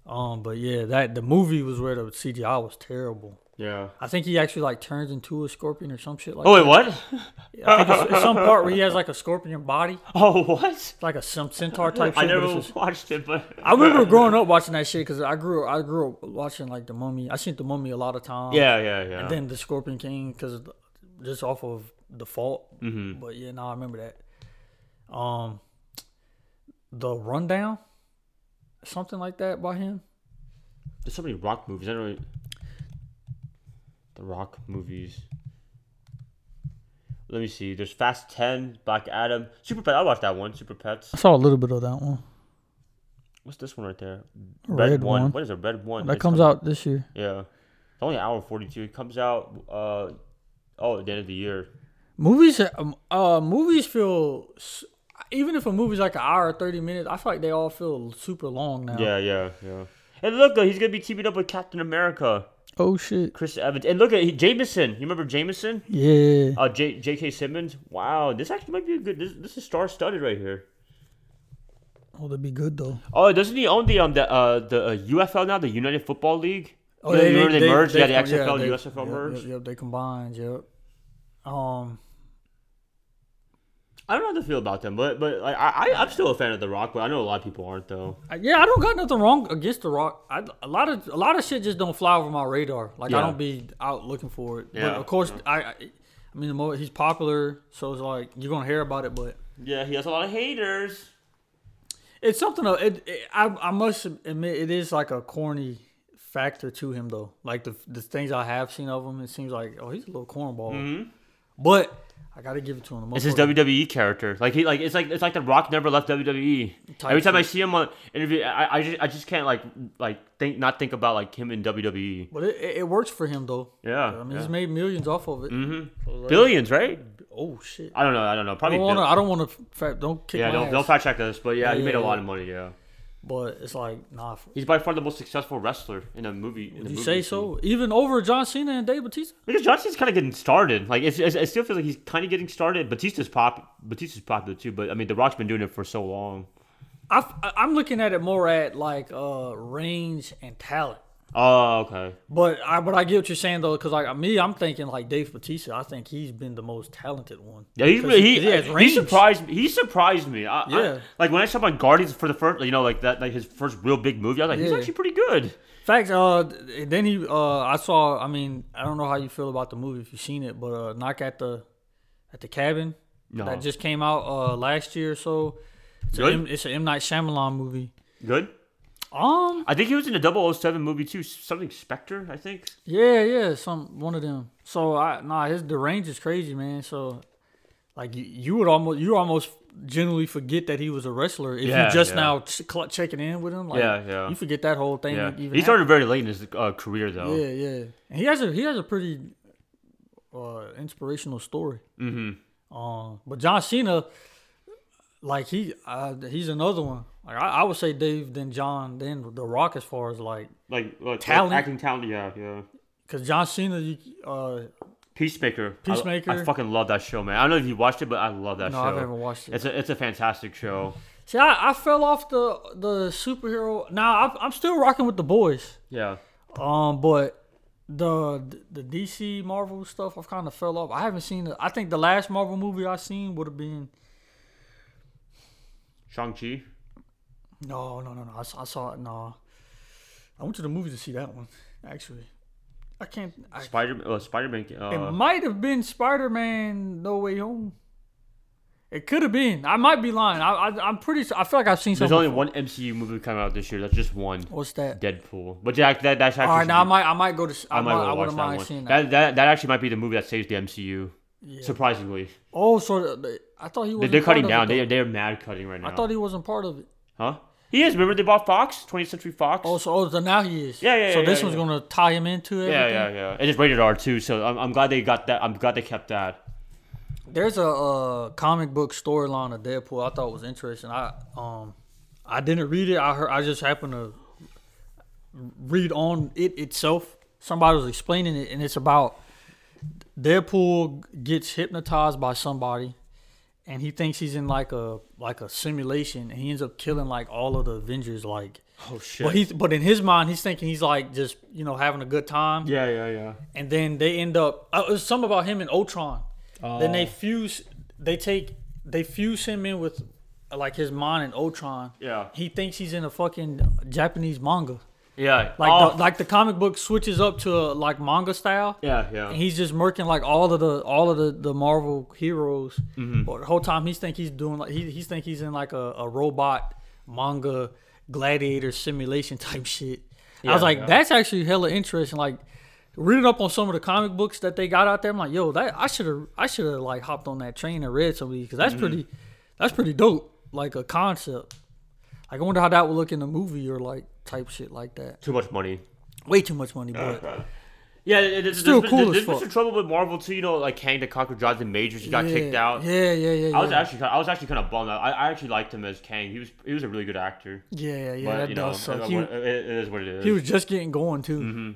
[SPEAKER 2] Um, but yeah, that the movie was where the CGI was terrible.
[SPEAKER 1] Yeah.
[SPEAKER 2] I think he actually like turns into a scorpion or some shit like.
[SPEAKER 1] Oh wait, what? <laughs>
[SPEAKER 2] that. I think it's, it's some part where he has like a scorpion body,
[SPEAKER 1] Oh what?
[SPEAKER 2] It's like a some centaur type. Shit,
[SPEAKER 1] I
[SPEAKER 2] but
[SPEAKER 1] never
[SPEAKER 2] it's just-
[SPEAKER 1] watched it, but
[SPEAKER 2] I remember growing up watching that shit because I grew I grew up watching like the Mummy. I seen the Mummy a lot of times.
[SPEAKER 1] yeah, yeah, yeah.
[SPEAKER 2] And then the Scorpion King because just off of the fault.
[SPEAKER 1] Mm-hmm.
[SPEAKER 2] But yeah, no, I remember that. Um, the rundown, something like that by him.
[SPEAKER 1] There's so many rock movies. I don't really... The rock movies. Let me see. There's Fast 10, Black Adam, Super Pet. I watched that one. Super Pets.
[SPEAKER 2] I saw a little bit of that one.
[SPEAKER 1] What's this one right there?
[SPEAKER 2] Red One.
[SPEAKER 1] What is a Red One?
[SPEAKER 2] That
[SPEAKER 1] It's
[SPEAKER 2] comes
[SPEAKER 1] coming-
[SPEAKER 2] out this year.
[SPEAKER 1] Yeah. It's only an hour and 42. It comes out, uh, oh, at the end of the year.
[SPEAKER 2] Movies, um, uh, movies feel s- even if a movie's like an hour or thirty minutes, I feel like they all feel super long now.
[SPEAKER 1] Yeah, yeah, yeah. And look, uh, he's going to be teaming up with Captain America,
[SPEAKER 2] Oh shit.
[SPEAKER 1] Chris Evans. And look at he, Jameson. You remember Jameson?
[SPEAKER 2] Yeah.
[SPEAKER 1] Uh, J- J.K. Simmons. Wow, this actually might be a good. This, this is star studded right here.
[SPEAKER 2] Oh, that'd be good though.
[SPEAKER 1] Oh, doesn't he own the um the uh the uh, UFL now, the United Football League?
[SPEAKER 2] Oh,
[SPEAKER 1] You know, you remember they, merged? yeah, the
[SPEAKER 2] com-
[SPEAKER 1] XFL, and
[SPEAKER 2] they-
[SPEAKER 1] USFL
[SPEAKER 2] yep,
[SPEAKER 1] merged.
[SPEAKER 2] Yep, yep, they combined. Yep. Um.
[SPEAKER 1] I don't know how to feel about them, but but like, I I- I'm still a fan of The Rock, but I know a lot of people aren't though.
[SPEAKER 2] I- Yeah, I don't got nothing wrong against the Rock. I, a lot of a lot of shit just don't fly over my radar. Like I
[SPEAKER 1] Yeah.
[SPEAKER 2] don't be out looking for it. But
[SPEAKER 1] Yeah.
[SPEAKER 2] of course, I, I, I mean, the more he's popular, so it's like you're gonna hear about it. But
[SPEAKER 1] Yeah, he has a lot of haters.
[SPEAKER 2] it's something. that- It, it, I, I must admit, it is like a corny factor to him though. Like the the things I have seen of him, it seems like oh he's a little cornball.
[SPEAKER 1] Mm-hmm.
[SPEAKER 2] But I gotta give it to him. The
[SPEAKER 1] It's his
[SPEAKER 2] motherfucker-
[SPEAKER 1] WWE character. Like he like it's like it's like The Rock never left WWE.
[SPEAKER 2] Type
[SPEAKER 1] Every time
[SPEAKER 2] shit.
[SPEAKER 1] I see him on interview, I, I just I just can't like like think not think about like him in WWE.
[SPEAKER 2] But it, it, it works for him though.
[SPEAKER 1] Yeah,
[SPEAKER 2] I mean,
[SPEAKER 1] yeah. Mm-hmm.
[SPEAKER 2] he's made millions off of it.
[SPEAKER 1] billions, right?
[SPEAKER 2] Oh shit!
[SPEAKER 1] I don't know. I don't know.
[SPEAKER 2] I
[SPEAKER 1] Probably.
[SPEAKER 2] don't
[SPEAKER 1] bill-
[SPEAKER 2] want to. I don't want to. Don't kick
[SPEAKER 1] yeah,
[SPEAKER 2] my
[SPEAKER 1] don't
[SPEAKER 2] ass.
[SPEAKER 1] don't fact check this, but yeah, he
[SPEAKER 2] Yeah,
[SPEAKER 1] made a
[SPEAKER 2] yeah,
[SPEAKER 1] lot
[SPEAKER 2] yeah.
[SPEAKER 1] of money. Yeah,
[SPEAKER 2] But it's like nah. f-
[SPEAKER 1] he's by far the most successful wrestler in a movie. In the
[SPEAKER 2] You
[SPEAKER 1] movie
[SPEAKER 2] say
[SPEAKER 1] scene.
[SPEAKER 2] so? Even over John Cena and Dave Batista?
[SPEAKER 1] Because Johnson's kind of getting started. Like it's, it's, it still feels like he's kind of getting started. Batista's pop. Batista's popular too, but I mean, The Rock's been doing it for so long.
[SPEAKER 2] I f- I'm looking at it more at like uh range and talent.
[SPEAKER 1] Oh, okay.
[SPEAKER 2] But I but I get what you're saying though, because like me, I'm thinking like Dave Batista. I think he's been the most talented one.
[SPEAKER 1] Yeah, he's
[SPEAKER 2] 'Cause
[SPEAKER 1] really, he,
[SPEAKER 2] has
[SPEAKER 1] he
[SPEAKER 2] range.
[SPEAKER 1] surprised me. He surprised me. I,
[SPEAKER 2] Yeah.
[SPEAKER 1] I, like when I saw him on Guardians for the first, you know, like that, like his first real big movie. I was like, he's
[SPEAKER 2] Yeah.
[SPEAKER 1] actually pretty good.
[SPEAKER 2] Facts. Uh, and then he uh I saw. I mean, I don't know how you feel about the movie if you've seen it, but uh, knock at the at the cabin
[SPEAKER 1] No,
[SPEAKER 2] that just came out uh last year or so. It's a
[SPEAKER 1] Good?
[SPEAKER 2] M, it's an M Night Shyamalan movie.
[SPEAKER 1] good.
[SPEAKER 2] Um,
[SPEAKER 1] I think he was in a 007 movie too. Something Spectre, I think.
[SPEAKER 2] Yeah, yeah, some one of them. So I nah, his the range is crazy, man. So like you, you would almost you almost generally forget that he was a wrestler if
[SPEAKER 1] Yeah,
[SPEAKER 2] you just
[SPEAKER 1] yeah.
[SPEAKER 2] now ch- cl- checking in with him. Like,
[SPEAKER 1] Yeah, yeah.
[SPEAKER 2] You forget that whole thing.
[SPEAKER 1] Yeah,
[SPEAKER 2] even
[SPEAKER 1] he started very late in his uh, career though.
[SPEAKER 2] happened. Yeah, yeah. And he has a he has a pretty uh, inspirational story.
[SPEAKER 1] hmm
[SPEAKER 2] Um, but John Cena, like he, uh, he's another one. Like I, I would say Dave, then John, then The Rock, as far as like,
[SPEAKER 1] Like, like
[SPEAKER 2] Talent.
[SPEAKER 1] like acting talent. Yeah, yeah.
[SPEAKER 2] cause John Cena, you, uh,
[SPEAKER 1] Peacemaker. I- I,
[SPEAKER 2] Peacemaker.
[SPEAKER 1] fucking love that show, man. I don't know if you watched it, but I love that
[SPEAKER 2] no,
[SPEAKER 1] show.
[SPEAKER 2] I've never watched it.
[SPEAKER 1] It's a it's a fantastic show.
[SPEAKER 2] See, I, I fell off the the superhero. Now I'm, I'm still rocking with the boys.
[SPEAKER 1] Yeah.
[SPEAKER 2] Um, but the the DC Marvel stuff, I've kind of fell off. I haven't seen. it. I think the last Marvel movie I seen would have been
[SPEAKER 1] Shang Chi.
[SPEAKER 2] no, no, no, no. I, saw- I saw it. No, I went to the movies to see that one. Actually, I can't. I,
[SPEAKER 1] Spider uh, Spider Man.
[SPEAKER 2] it
[SPEAKER 1] Uh,
[SPEAKER 2] might have been Spider Man No Way Home. It could have been. I might be lying. I, I I'm pretty. sure. I feel like I've seen
[SPEAKER 1] there's
[SPEAKER 2] something.
[SPEAKER 1] only one MCU movie coming out this year. That's just one.
[SPEAKER 2] What's that?
[SPEAKER 1] Deadpool. But yeah, that that's actually.
[SPEAKER 2] All right, now I
[SPEAKER 1] should be-
[SPEAKER 2] might. I might go to. s- I,
[SPEAKER 1] I
[SPEAKER 2] might.
[SPEAKER 1] might well
[SPEAKER 2] I
[SPEAKER 1] watch
[SPEAKER 2] wouldn't mind
[SPEAKER 1] that one.
[SPEAKER 2] seeing that.
[SPEAKER 1] That, that that actually might be the movie that saves the MCU. Surprisingly,
[SPEAKER 2] Oh, so the, I thought he was.
[SPEAKER 1] they, they're cutting down. They they're mad cutting right now.
[SPEAKER 2] I thought he wasn't part of it.
[SPEAKER 1] huh? He is. Remember they bought Fox, 20th Century Fox.
[SPEAKER 2] Oh, so, oh, so now he is.
[SPEAKER 1] Yeah, yeah,
[SPEAKER 2] So
[SPEAKER 1] yeah,
[SPEAKER 2] this
[SPEAKER 1] yeah,
[SPEAKER 2] one's
[SPEAKER 1] yeah.
[SPEAKER 2] gonna tie him into it.
[SPEAKER 1] yeah, yeah, yeah. And it's rated R too. So I'm, I'm glad they got that. I'm glad they kept that.
[SPEAKER 2] There's a uh, comic book storyline of Deadpool I thought was interesting. I um, I didn't read it. I heard. I just happened to read on it itself. Somebody was explaining it, and it's about Deadpool gets hypnotized by somebody, and he thinks he's in like a like a simulation, and he ends up killing like all of the Avengers. Like,
[SPEAKER 1] Oh shit.
[SPEAKER 2] but he's but in his mind, he's thinking he's like just you know having a good time.
[SPEAKER 1] yeah, yeah, yeah.
[SPEAKER 2] and then they end up. Uh, it was something about him and Ultron. Then they
[SPEAKER 1] Oh.
[SPEAKER 2] fuse. They take. They fuse him in with uh, like his mind and Ultron.
[SPEAKER 1] Yeah.
[SPEAKER 2] He thinks he's in a fucking Japanese manga.
[SPEAKER 1] Yeah.
[SPEAKER 2] Like
[SPEAKER 1] oh,
[SPEAKER 2] the, like the comic book switches up to uh, like manga style.
[SPEAKER 1] yeah, yeah.
[SPEAKER 2] And he's just murking like all of the all of the, the Marvel heroes.
[SPEAKER 1] Mm-hmm.
[SPEAKER 2] But the whole time he's think he's doing like he he's think he's in like a, a robot manga gladiator simulation <laughs> type shit. I was
[SPEAKER 1] Yeah,
[SPEAKER 2] like,
[SPEAKER 1] yeah.
[SPEAKER 2] that's actually hella interesting. Like reading up on some of the comic books that they got out there, I'm like, yo, that I should have I should have like hopped on that train and read some of these because that's
[SPEAKER 1] Mm-hmm.
[SPEAKER 2] pretty that's pretty dope. Like a concept. Like I wonder how that would look in a movie or like type shit like that.
[SPEAKER 1] Too much money.
[SPEAKER 2] Way too much money,
[SPEAKER 1] Uh,
[SPEAKER 2] but
[SPEAKER 1] Yeah, it- it- it's
[SPEAKER 2] Still
[SPEAKER 1] there's,
[SPEAKER 2] cool
[SPEAKER 1] been-
[SPEAKER 2] as
[SPEAKER 1] There's been
[SPEAKER 2] fuck.
[SPEAKER 1] some trouble with Marvel too. You know, like Kang the Conqueror Jonathan Majors, he got
[SPEAKER 2] yeah,
[SPEAKER 1] kicked out.
[SPEAKER 2] Yeah, yeah, yeah.
[SPEAKER 1] I was
[SPEAKER 2] yeah.
[SPEAKER 1] actually, I was actually kind of bummed. out. I, I actually liked him as Kang. He was, he was a really good actor.
[SPEAKER 2] Yeah, yeah,
[SPEAKER 1] But,
[SPEAKER 2] that
[SPEAKER 1] you know,
[SPEAKER 2] does suck.
[SPEAKER 1] it-
[SPEAKER 2] He,
[SPEAKER 1] it- it is what Mm-hmm. it is.
[SPEAKER 2] he was just getting going too.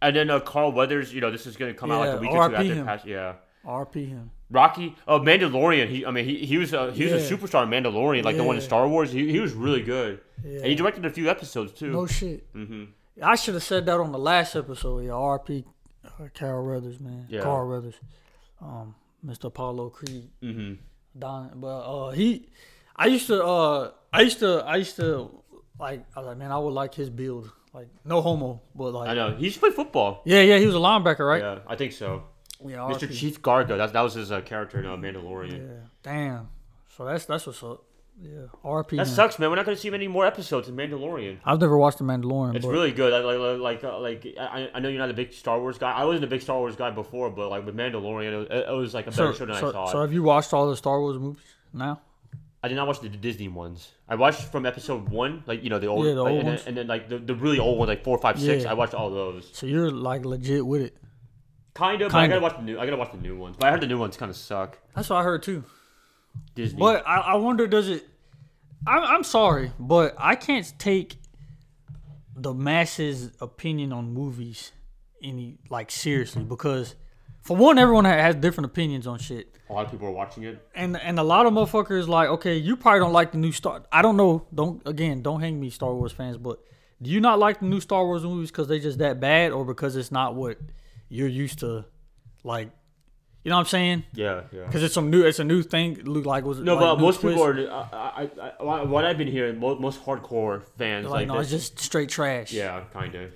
[SPEAKER 1] and then uh, Carl Weathers, you know, this is gonna come out like a
[SPEAKER 2] Yeah,
[SPEAKER 1] week or two
[SPEAKER 2] RIP
[SPEAKER 1] after
[SPEAKER 2] him.
[SPEAKER 1] it passed. Yeah.
[SPEAKER 2] RP him.
[SPEAKER 1] Rocky, oh Mandalorian. He, I mean, he, he was a, he was
[SPEAKER 2] Yeah.
[SPEAKER 1] a superstar in Mandalorian, like the one in
[SPEAKER 2] Yeah.
[SPEAKER 1] Star Wars. He, he was really good, and
[SPEAKER 2] Yeah.
[SPEAKER 1] he directed a few episodes too.
[SPEAKER 2] No shit. Mm-hmm. I should have said that on the last episode. Yeah, RP uh, Carl Weathers, man.
[SPEAKER 1] Yeah.
[SPEAKER 2] Carl Weathers, um, Mr. Apollo Creed,
[SPEAKER 1] hmm
[SPEAKER 2] Don. But uh, he, I used to, uh, I used to, I used to like. I was like, man, I would like his build. Like, no homo, but like,
[SPEAKER 1] I know he used to play football.
[SPEAKER 2] yeah, yeah, he was a linebacker, right?
[SPEAKER 1] Yeah, I think so.
[SPEAKER 2] Yeah,
[SPEAKER 1] Mr.
[SPEAKER 2] RP.
[SPEAKER 1] Chief Gargo, that that was his uh, character in uh, Mandalorian.
[SPEAKER 2] Yeah, damn. So that's that's what's up. Yeah, RP.
[SPEAKER 1] That
[SPEAKER 2] him.
[SPEAKER 1] sucks, man. We're not gonna see many more episodes in Mandalorian.
[SPEAKER 2] I've never watched The Mandalorian.
[SPEAKER 1] It's
[SPEAKER 2] but
[SPEAKER 1] really good. I, like like uh, like I, I know you're not a big Star Wars guy. I wasn't a big Star Wars guy before, but like with Mandalorian, it, it was like a better show than I
[SPEAKER 2] so,
[SPEAKER 1] thought.
[SPEAKER 2] so have you watched all the Star Wars movies now?
[SPEAKER 1] I did not watch the Disney ones. I watched from episode one, like you know the old,
[SPEAKER 2] Yeah, the
[SPEAKER 1] like,
[SPEAKER 2] old
[SPEAKER 1] and,
[SPEAKER 2] ones.
[SPEAKER 1] Then, and then like the, the really old ones, like four, five, six.
[SPEAKER 2] Yeah.
[SPEAKER 1] I watched all those.
[SPEAKER 2] So you're like legit with it.
[SPEAKER 1] Kind of. But I
[SPEAKER 2] Kinda.
[SPEAKER 1] gotta watch the new. I gotta watch the new ones. But I heard the new ones kind of suck.
[SPEAKER 2] That's what I heard too.
[SPEAKER 1] Disney.
[SPEAKER 2] But I, I wonder, does it? I'm, I'm sorry, but I can't take the masses' opinion on movies any like seriously because, for one, everyone ha- has different opinions on shit.
[SPEAKER 1] A lot of people are watching it.
[SPEAKER 2] and and a lot of motherfuckers like, okay, you probably don't like the new Star. I don't know. Don't again, don't hang me, Star Wars fans. But do you not like the new Star Wars movies because they just that bad, or because it's not what you're used to? Like, you know what I'm saying?
[SPEAKER 1] Yeah, yeah.
[SPEAKER 2] Because it's some new, it's a new thing. Look like was
[SPEAKER 1] No,
[SPEAKER 2] like,
[SPEAKER 1] but
[SPEAKER 2] new
[SPEAKER 1] most
[SPEAKER 2] twist.
[SPEAKER 1] people are. I, I, I, what- what I've been hearing, most, most hardcore fans
[SPEAKER 2] like,
[SPEAKER 1] like,
[SPEAKER 2] no,
[SPEAKER 1] that-
[SPEAKER 2] it's just straight trash.
[SPEAKER 1] Yeah, kind of.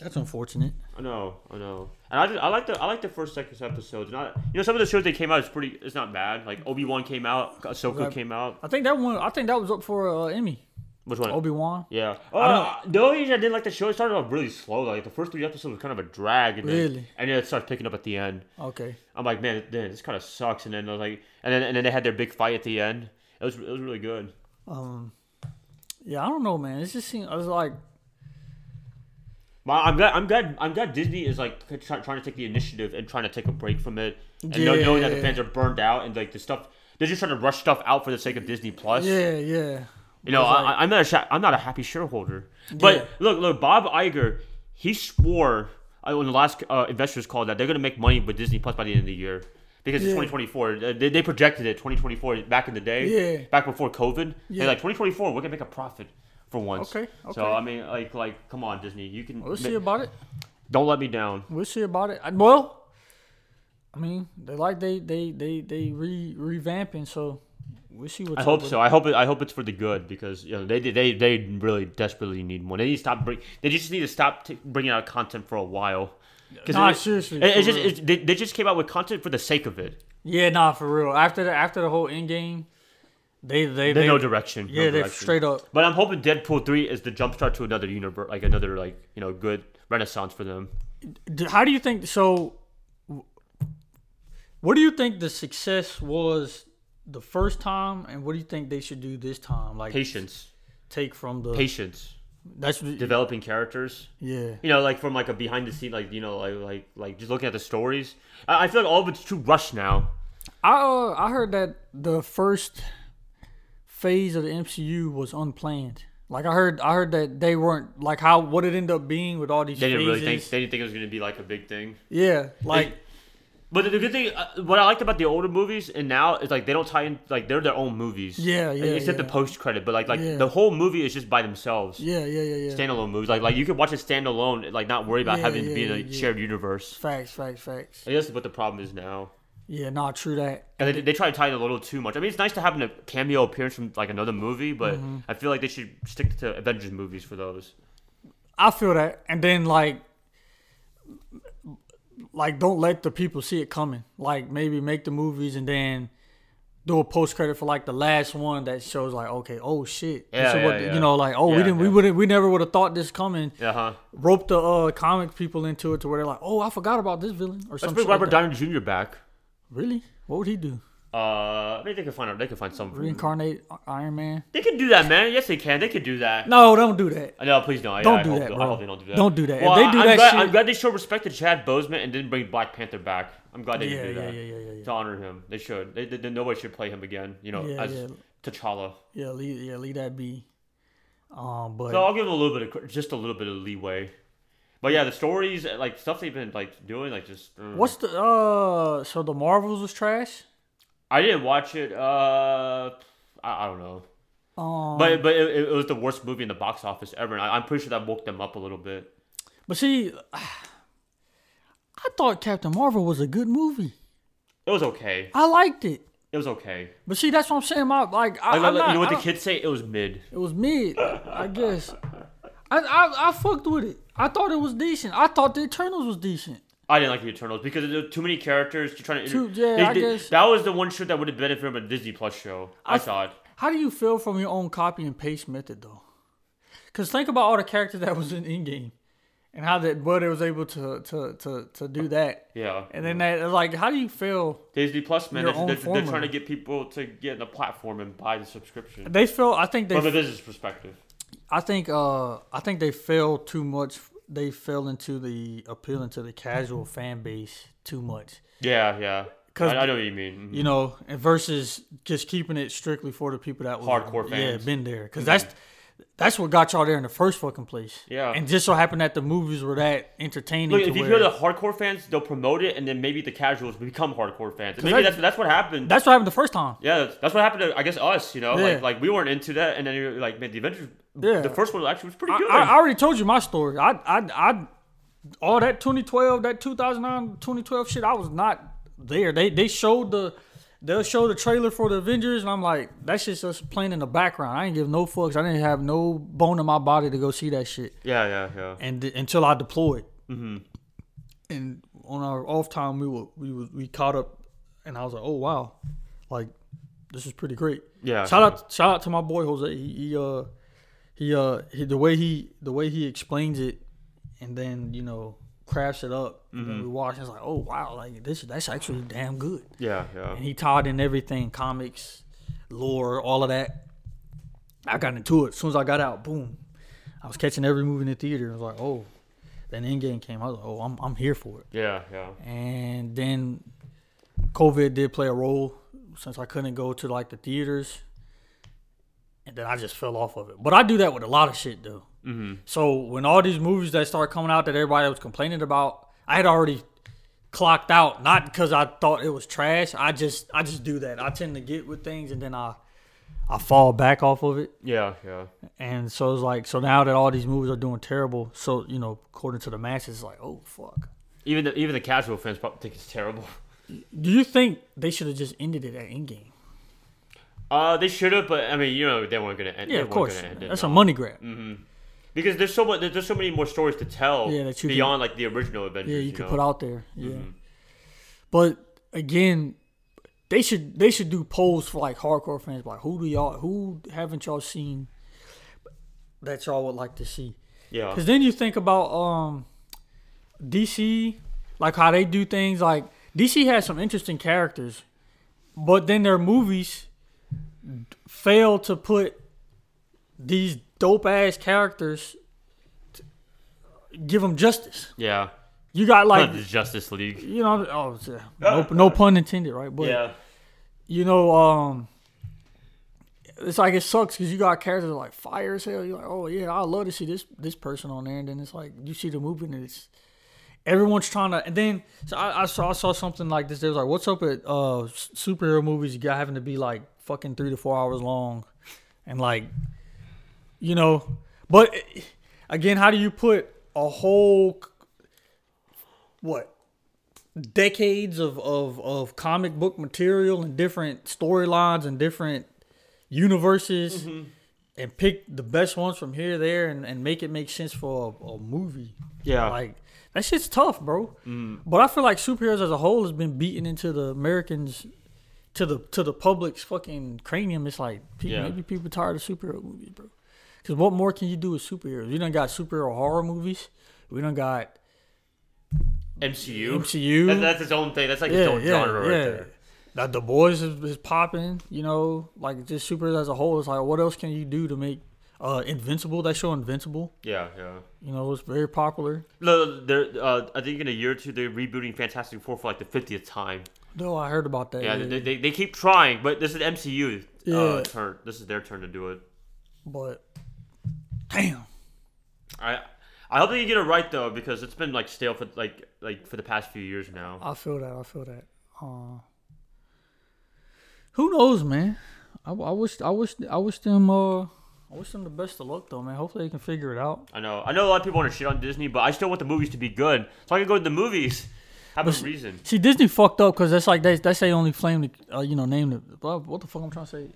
[SPEAKER 2] that's unfortunate.
[SPEAKER 1] I know, I know. And I, just, I like the I like the first second episodes. Not you know some of the shows that came out is pretty. It's not bad. Like Obi Wan came out, Ahsoka
[SPEAKER 2] Right.
[SPEAKER 1] came out.
[SPEAKER 2] I think that one. I think that was up for uh, Emmy.
[SPEAKER 1] Which one?
[SPEAKER 2] Obi Wan.
[SPEAKER 1] Yeah.
[SPEAKER 2] I
[SPEAKER 1] Uh, the only reason I didn't like the show, it started off really slow. Like the first three episodes was kind of a drag, and then,
[SPEAKER 2] Really?
[SPEAKER 1] and then it starts picking up at the end.
[SPEAKER 2] Okay.
[SPEAKER 1] I'm like, man, man this kind of sucks. And then I was like, and then and then they had their big fight at the end. It was it was really good.
[SPEAKER 2] Um. Yeah, I don't know, man. It just seems. I was like,
[SPEAKER 1] Well, I'm glad. I'm glad. I'm glad Disney is like try, trying to take the initiative and trying to take a break from it, and know- knowing that the
[SPEAKER 2] Yeah.
[SPEAKER 1] fans are burned out and like the stuff. They're just trying to rush stuff out for the sake of Disney Plus.
[SPEAKER 2] Yeah, yeah.
[SPEAKER 1] You know,
[SPEAKER 2] It's like-
[SPEAKER 1] I, I'm not a sha- I'm not a happy shareholder. But
[SPEAKER 2] Yeah.
[SPEAKER 1] look, look, Bob Iger, he swore uh, on the last uh, investors call that they're going to make money with Disney Plus by the end of the year because it's
[SPEAKER 2] Yeah.
[SPEAKER 1] 2024. Uh, They, they projected it 2024 back in the day,
[SPEAKER 2] Yeah.
[SPEAKER 1] back before COVID.
[SPEAKER 2] Yeah.
[SPEAKER 1] They're like 2024, we're going to make a profit for once.
[SPEAKER 2] Okay, okay.
[SPEAKER 1] So I mean, like, like, come on, Disney, you can.
[SPEAKER 2] We'll
[SPEAKER 1] ma-
[SPEAKER 2] see about it.
[SPEAKER 1] don't let me down.
[SPEAKER 2] We'll see about it. I, well, I mean, they like they they they they re revamping, so we'll see what's
[SPEAKER 1] I
[SPEAKER 2] up
[SPEAKER 1] hope
[SPEAKER 2] with
[SPEAKER 1] so. I hope it. I hope it's for the good because you know they they they really desperately need one. They need to stop. Bring, they just need to stop t- bringing out content for a while. 'Cause
[SPEAKER 2] Nah,
[SPEAKER 1] it-
[SPEAKER 2] seriously,
[SPEAKER 1] it- it's
[SPEAKER 2] for
[SPEAKER 1] just
[SPEAKER 2] real.
[SPEAKER 1] it's, they, they just came out with content for the sake of it.
[SPEAKER 2] Yeah, nah, for real. After the after the whole end game, they
[SPEAKER 1] They
[SPEAKER 2] they they
[SPEAKER 1] no direction. no
[SPEAKER 2] yeah, they're
[SPEAKER 1] direction.
[SPEAKER 2] straight up.
[SPEAKER 1] But I'm hoping Deadpool three is the jumpstart to another universe, like another like you know good renaissance for them.
[SPEAKER 2] D- How do you think so? w- What do you think the success was the first time, and what do you think they should do this time? Like
[SPEAKER 1] Patience,
[SPEAKER 2] take from the
[SPEAKER 1] patience,
[SPEAKER 2] that's what-
[SPEAKER 1] developing characters.
[SPEAKER 2] yeah
[SPEAKER 1] You know, like from like a behind the scene, like you know, like like like just looking at the stories. I, I feel like all of it's too rushed now.
[SPEAKER 2] I uh, I heard that the first phase of the MCU was unplanned. Like I heard I heard that they weren't like how what it ended up being with all these
[SPEAKER 1] They didn't
[SPEAKER 2] phases.
[SPEAKER 1] really think they didn't think it was going to be like a big thing.
[SPEAKER 2] yeah, like
[SPEAKER 1] But the good thing, uh, what I liked about the older movies and now is like they don't tie in like they're their own movies.
[SPEAKER 2] Yeah, yeah,
[SPEAKER 1] Except the
[SPEAKER 2] yeah.
[SPEAKER 1] post credit, but like like
[SPEAKER 2] Yeah.
[SPEAKER 1] the whole movie is just by themselves.
[SPEAKER 2] yeah, yeah, yeah, yeah.
[SPEAKER 1] Standalone movies, like like you could watch it standalone, and, like not worry about
[SPEAKER 2] Yeah,
[SPEAKER 1] having to
[SPEAKER 2] yeah,
[SPEAKER 1] be in a
[SPEAKER 2] yeah, yeah.
[SPEAKER 1] shared universe.
[SPEAKER 2] facts, facts, facts.
[SPEAKER 1] I guess that's what the problem is now.
[SPEAKER 2] Yeah, nah, true that.
[SPEAKER 1] And they, they try to tie in a little too much. I mean, it's nice to have a cameo appearance from like another movie, but
[SPEAKER 2] Mm-hmm.
[SPEAKER 1] I feel like they should stick to Avengers movies for those.
[SPEAKER 2] I feel that, and then like, like don't let the people see it coming. Like maybe make the movies and then do a post credit for like the last one that shows like okay, oh shit, This
[SPEAKER 1] Yeah,
[SPEAKER 2] is what-
[SPEAKER 1] yeah, yeah.
[SPEAKER 2] you know, like oh we
[SPEAKER 1] Yeah,
[SPEAKER 2] didn't, we
[SPEAKER 1] yeah.
[SPEAKER 2] wouldn't, we never would have thought this coming.
[SPEAKER 1] Uh huh.
[SPEAKER 2] Rope the uh comic people into it to where they're like, oh, I forgot about this villain or
[SPEAKER 1] Let's
[SPEAKER 2] something.
[SPEAKER 1] bring
[SPEAKER 2] Like
[SPEAKER 1] Robert
[SPEAKER 2] that.
[SPEAKER 1] Downey Jr. back.
[SPEAKER 2] Really? What would he do?
[SPEAKER 1] Uh, maybe they can find out. They can find some.
[SPEAKER 2] Reincarnate I- Iron Man?
[SPEAKER 1] They can do that, man. Yes, they can. They can do that.
[SPEAKER 2] No, don't do that.
[SPEAKER 1] No, please don't.
[SPEAKER 2] Don't
[SPEAKER 1] yeah,
[SPEAKER 2] do
[SPEAKER 1] I hope,
[SPEAKER 2] that,
[SPEAKER 1] I
[SPEAKER 2] bro.
[SPEAKER 1] hope they don't do that.
[SPEAKER 2] Don't do that. If
[SPEAKER 1] Well,
[SPEAKER 2] they
[SPEAKER 1] I-
[SPEAKER 2] do
[SPEAKER 1] I'm
[SPEAKER 2] that
[SPEAKER 1] glad,
[SPEAKER 2] shit-
[SPEAKER 1] I'm glad they showed respect to Chad Boseman and didn't bring Black Panther back. I'm glad they
[SPEAKER 2] Yeah,
[SPEAKER 1] didn't do
[SPEAKER 2] yeah, yeah,
[SPEAKER 1] that.
[SPEAKER 2] yeah, yeah, yeah.
[SPEAKER 1] To honor him, they should. They, they, nobody should play him again. You know,
[SPEAKER 2] Yeah,
[SPEAKER 1] as
[SPEAKER 2] yeah.
[SPEAKER 1] T'Challa.
[SPEAKER 2] Yeah, leave, yeah, leave that be. Um, but
[SPEAKER 1] So I'll give him a little bit of cre- just a little bit of leeway. But yeah, the stories, like stuff they've been like doing, like just. mm.
[SPEAKER 2] What's the uh? So the Marvels was trash.
[SPEAKER 1] I didn't watch it. Uh, I, I don't know.
[SPEAKER 2] Um,
[SPEAKER 1] But but it, it was the worst movie in the box office ever, and I, I'm pretty sure that woke them up a little bit.
[SPEAKER 2] but see, <sighs> I thought Captain Marvel was a good movie.
[SPEAKER 1] It was okay.
[SPEAKER 2] I liked it.
[SPEAKER 1] It was okay.
[SPEAKER 2] But see, that's what I'm saying. My like, I,
[SPEAKER 1] Like,
[SPEAKER 2] I'm
[SPEAKER 1] like,
[SPEAKER 2] not,
[SPEAKER 1] you know what
[SPEAKER 2] I
[SPEAKER 1] the
[SPEAKER 2] don't-
[SPEAKER 1] kids say? It was mid.
[SPEAKER 2] it was mid, I guess. I, I I fucked with it. I thought it was decent. I thought the Eternals was decent.
[SPEAKER 1] I didn't like the Eternals because there were too many characters. You're trying to
[SPEAKER 2] Too- yeah, I guess-
[SPEAKER 1] that was the one show that would have benefited from a Disney Plus show. I, thought.
[SPEAKER 2] How do you feel from your own copy and paste method though? Cause think about all the characters that was in Endgame, and how that Bud was able to to to to do that.
[SPEAKER 1] Yeah,
[SPEAKER 2] And then that like, how do you feel?
[SPEAKER 1] Disney Plus man,
[SPEAKER 2] Your
[SPEAKER 1] they're,
[SPEAKER 2] own
[SPEAKER 1] they're, they're
[SPEAKER 2] formula.
[SPEAKER 1] trying to get people to get the platform and buy the subscription
[SPEAKER 2] They feel. I think they
[SPEAKER 1] from a business perspective.
[SPEAKER 2] I think uh I think they fell too much. They fell into the appealing to the casual fan base too much.
[SPEAKER 1] Yeah, yeah.
[SPEAKER 2] 'Cause-
[SPEAKER 1] I, I know what you mean. Mm-hmm.
[SPEAKER 2] You know, and versus just keeping it strictly for the people that was,
[SPEAKER 1] Hardcore fans. Mm-hmm.
[SPEAKER 2] Yeah, been there because that's that's what got y'all there in the first fucking place.
[SPEAKER 1] Yeah.
[SPEAKER 2] and just so happened that the movies were that entertaining.
[SPEAKER 1] Look,
[SPEAKER 2] to
[SPEAKER 1] if you
[SPEAKER 2] where-
[SPEAKER 1] hear the hardcore fans, they'll promote it, and then maybe the casuals become hardcore fans. And maybe
[SPEAKER 2] that's-
[SPEAKER 1] that's that's what happened.
[SPEAKER 2] that's what happened the first time.
[SPEAKER 1] yeah, that's, that's what happened to I guess us. You know,
[SPEAKER 2] Yeah.
[SPEAKER 1] like like we weren't into that, and then you're like, man, the Avengers,
[SPEAKER 2] Yeah.
[SPEAKER 1] the first one actually was pretty
[SPEAKER 2] I,
[SPEAKER 1] good.
[SPEAKER 2] I, I already told you my story. I, I, I, all that 2012, that 2009, 2012 shit, I was not there. They, they showed the, they'll show the trailer for the Avengers, and I'm like, that shit's just playing in the background. I didn't give no fucks. I didn't have no bone in my body to go see that shit,
[SPEAKER 1] yeah, yeah, yeah.
[SPEAKER 2] and until I deployed. Mm-hmm. And on our off time, we were, we were, we caught up, and I was like, oh wow, like this is pretty great.
[SPEAKER 1] Yeah.
[SPEAKER 2] Shout out, shout out to my boy Jose. He, he uh, he uh, he, the way he the way he explains it, and then you know crafts it up. And then we watch. and It's like, oh wow, like this that's actually damn good.
[SPEAKER 1] Yeah, yeah.
[SPEAKER 2] And he tied in everything, comics, lore, all of that. I got into it as soon as I got out. Boom, I was catching every movie in the theater. I was like, oh, Then Endgame came. I was like, oh, I'm I'm here for it.
[SPEAKER 1] Yeah, yeah.
[SPEAKER 2] And then COVID did play a role since I couldn't go to like the theaters. And then I just fell off of it. But I do that with a lot of shit though. Mm-hmm. So when all these movies that started coming out that everybody was complaining about, I had already clocked out. Not because I thought it was trash. I just I just do that. I tend to get with things and then I I fall back off of it.
[SPEAKER 1] Yeah, yeah.
[SPEAKER 2] And so it's like so now that all these movies are doing terrible, so you know, according to the masses, it's like, oh fuck.
[SPEAKER 1] Even the even the casual fans probably think it's terrible. <laughs>
[SPEAKER 2] Do you think they should have just ended it at Endgame?
[SPEAKER 1] Uh, they should have, but I mean, you know, they weren't gonna end.
[SPEAKER 2] Yeah,
[SPEAKER 1] they
[SPEAKER 2] of
[SPEAKER 1] weren't
[SPEAKER 2] course.
[SPEAKER 1] gonna end it,
[SPEAKER 2] That's
[SPEAKER 1] no.
[SPEAKER 2] a money grab.
[SPEAKER 1] because there's so much. There's so many more stories to tell.
[SPEAKER 2] Yeah, that you can-
[SPEAKER 1] beyond like the original Avengers.
[SPEAKER 2] Yeah, you,
[SPEAKER 1] know?
[SPEAKER 2] could put out there. Yeah. But again, they should they should do polls for like hardcore fans. Like, who do y'all who haven't y'all seen that y'all would like to see?
[SPEAKER 1] Yeah,
[SPEAKER 2] Because then you think about um DC, like how they do things. Like DC has some interesting characters, but then their movies fail to put these dope ass characters to give them justice.
[SPEAKER 1] yeah.
[SPEAKER 2] You got like
[SPEAKER 1] Not the Justice League.
[SPEAKER 2] you know, oh, it's, uh, no, no pun intended, right? But
[SPEAKER 1] Yeah,
[SPEAKER 2] you know, um, it's like it sucks because you got characters like fire as hell. You're like, oh yeah, I love to see this this person on there, and then it's like you see the movie, and it's everyone's trying to. And then so I, I saw I saw something like this. They was like, what's up with uh s- superhero movies? You got having to be like fucking three to four hours long, and like, you know, but eh, again, how do you put a whole c- what decades of, of, of comic book material and different storylines and different universes and pick the best ones from here there and, and make it make sense for a, a movie
[SPEAKER 1] yeah.
[SPEAKER 2] like that shit's tough bro but i feel like superheroes as a whole has been beaten into the americans to the to the public's fucking cranium it's like pe-
[SPEAKER 1] Yeah.
[SPEAKER 2] maybe people tired of superhero movies bro because what more can you do with superheroes you done got superhero horror movies we done got
[SPEAKER 1] MCU.
[SPEAKER 2] mcu
[SPEAKER 1] That, that's its own thing. That's like its own genre right there.
[SPEAKER 2] That the boys is, is popping, you know, like just superheroes as a whole. It's like, what else can you do to make uh, Invincible? That show Invincible,
[SPEAKER 1] Yeah, yeah.
[SPEAKER 2] you know, was very popular.
[SPEAKER 1] No, they're, uh, I think in a year or two they're rebooting Fantastic Four for like the fiftieth time.
[SPEAKER 2] No, I heard about that.
[SPEAKER 1] Yeah, They, they, they keep trying, but this is MCU
[SPEAKER 2] Yeah.
[SPEAKER 1] uh, turn. This is their turn to do it.
[SPEAKER 2] but damn,
[SPEAKER 1] I I hope they get it right though, because it's been like stale for like like for the past few years now.
[SPEAKER 2] I feel that. I feel that. Uh, who knows, man? I, I wish, I wish, I wish them, uh, I wish them the best of luck, though, man. Hopefully, they can figure it out.
[SPEAKER 1] I know. I know a lot of people want to shit on Disney, but I still want the movies to be good, so I can go to the movies. Have a reason.
[SPEAKER 2] See, Disney fucked up because that's like they that's their only flame to uh, you know name the blah, what the fuck I'm trying to say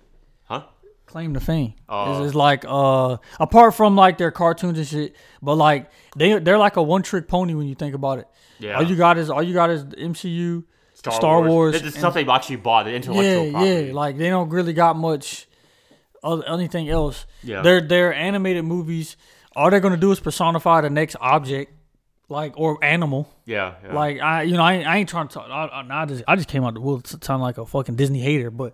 [SPEAKER 1] Huh?
[SPEAKER 2] claim to fame.
[SPEAKER 1] Oh.
[SPEAKER 2] It's, it's like uh apart from like their cartoons and shit, but like they they're like a one trick pony when you think about it.
[SPEAKER 1] Yeah.
[SPEAKER 2] All you got is all you got is the MCU, Star, Wars,
[SPEAKER 1] This is
[SPEAKER 2] and-
[SPEAKER 1] stuff they actually bought. The intellectual
[SPEAKER 2] yeah,
[SPEAKER 1] property.
[SPEAKER 2] yeah. Like they don't really got much other, anything else.
[SPEAKER 1] Yeah.
[SPEAKER 2] Their their animated movies, all they're gonna do is personify the next object, like or animal.
[SPEAKER 1] yeah, yeah.
[SPEAKER 2] Like I, you know, I, ain't- I ain't trying to talk. I, I, I just, I just came out the woods to sound like a fucking Disney hater. But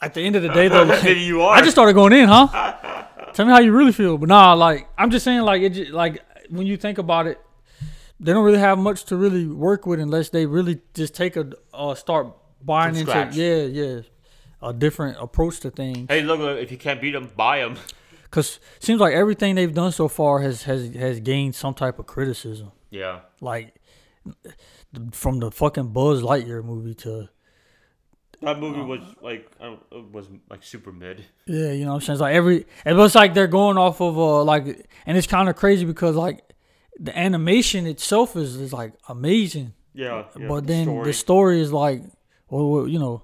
[SPEAKER 2] at the end of the day,
[SPEAKER 1] <laughs>
[SPEAKER 2] though, like,
[SPEAKER 1] Maybe you are.
[SPEAKER 2] I just started going in, huh? Tell me how you really feel. But nah, like I'm just saying, like it, just, like when you think about it, they don't really have much to really work with unless they really just take a uh, start buying
[SPEAKER 1] From
[SPEAKER 2] into
[SPEAKER 1] scratch.
[SPEAKER 2] yeah, yeah, a different approach to things.
[SPEAKER 1] hey, look, look, if you can't beat them, buy them.
[SPEAKER 2] Cause seems like everything they've done so far has has has gained some type of criticism.
[SPEAKER 1] Yeah,
[SPEAKER 2] Like from the fucking Buzz Lightyear movie to
[SPEAKER 1] that movie was like I don't, it was like super mid.
[SPEAKER 2] yeah, you know what I'm saying? It's like every it looks like they're going off of uh like and it's kind of crazy because like the animation itself is is like amazing,
[SPEAKER 1] Yeah, yeah,
[SPEAKER 2] but then
[SPEAKER 1] story.
[SPEAKER 2] the story is like well, well you know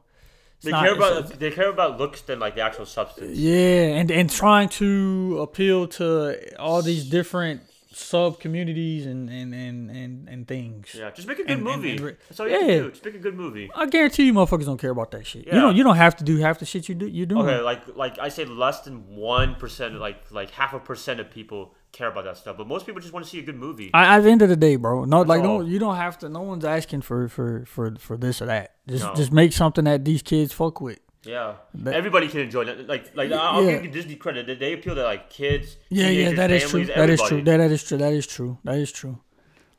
[SPEAKER 2] it's
[SPEAKER 1] they
[SPEAKER 2] not-
[SPEAKER 1] care
[SPEAKER 2] it's-
[SPEAKER 1] about they care about looks than like the actual substance.
[SPEAKER 2] yeah, and and trying to appeal to all these different sub communities and and and and and things.
[SPEAKER 1] Yeah, just make a good
[SPEAKER 2] and-
[SPEAKER 1] movie.
[SPEAKER 2] and re-
[SPEAKER 1] That's all you have
[SPEAKER 2] Yeah.
[SPEAKER 1] to do. Just make a good movie.
[SPEAKER 2] I guarantee you, motherfuckers don't care about that shit. You
[SPEAKER 1] Yeah.
[SPEAKER 2] don't. You don't have to do half the shit you do. You do.
[SPEAKER 1] Okay, like like I say, less than one percent, like like half a percent of people care about that stuff. But most people just want to see a good movie.
[SPEAKER 2] I, at the end of the day, bro, no, like no,
[SPEAKER 1] all.
[SPEAKER 2] you don't have to. No one's asking for for for for this or that. Just
[SPEAKER 1] No.
[SPEAKER 2] just make something that these kids fuck with.
[SPEAKER 1] yeah, everybody can enjoy that. Like like I- I'll
[SPEAKER 2] Yeah.
[SPEAKER 1] give Disney credit. They- They appeal to like kids.
[SPEAKER 2] Yeah, yeah,
[SPEAKER 1] teenagers,
[SPEAKER 2] that is true.
[SPEAKER 1] families,
[SPEAKER 2] That is true.
[SPEAKER 1] everybody.
[SPEAKER 2] That, that is true. That is true. That is true.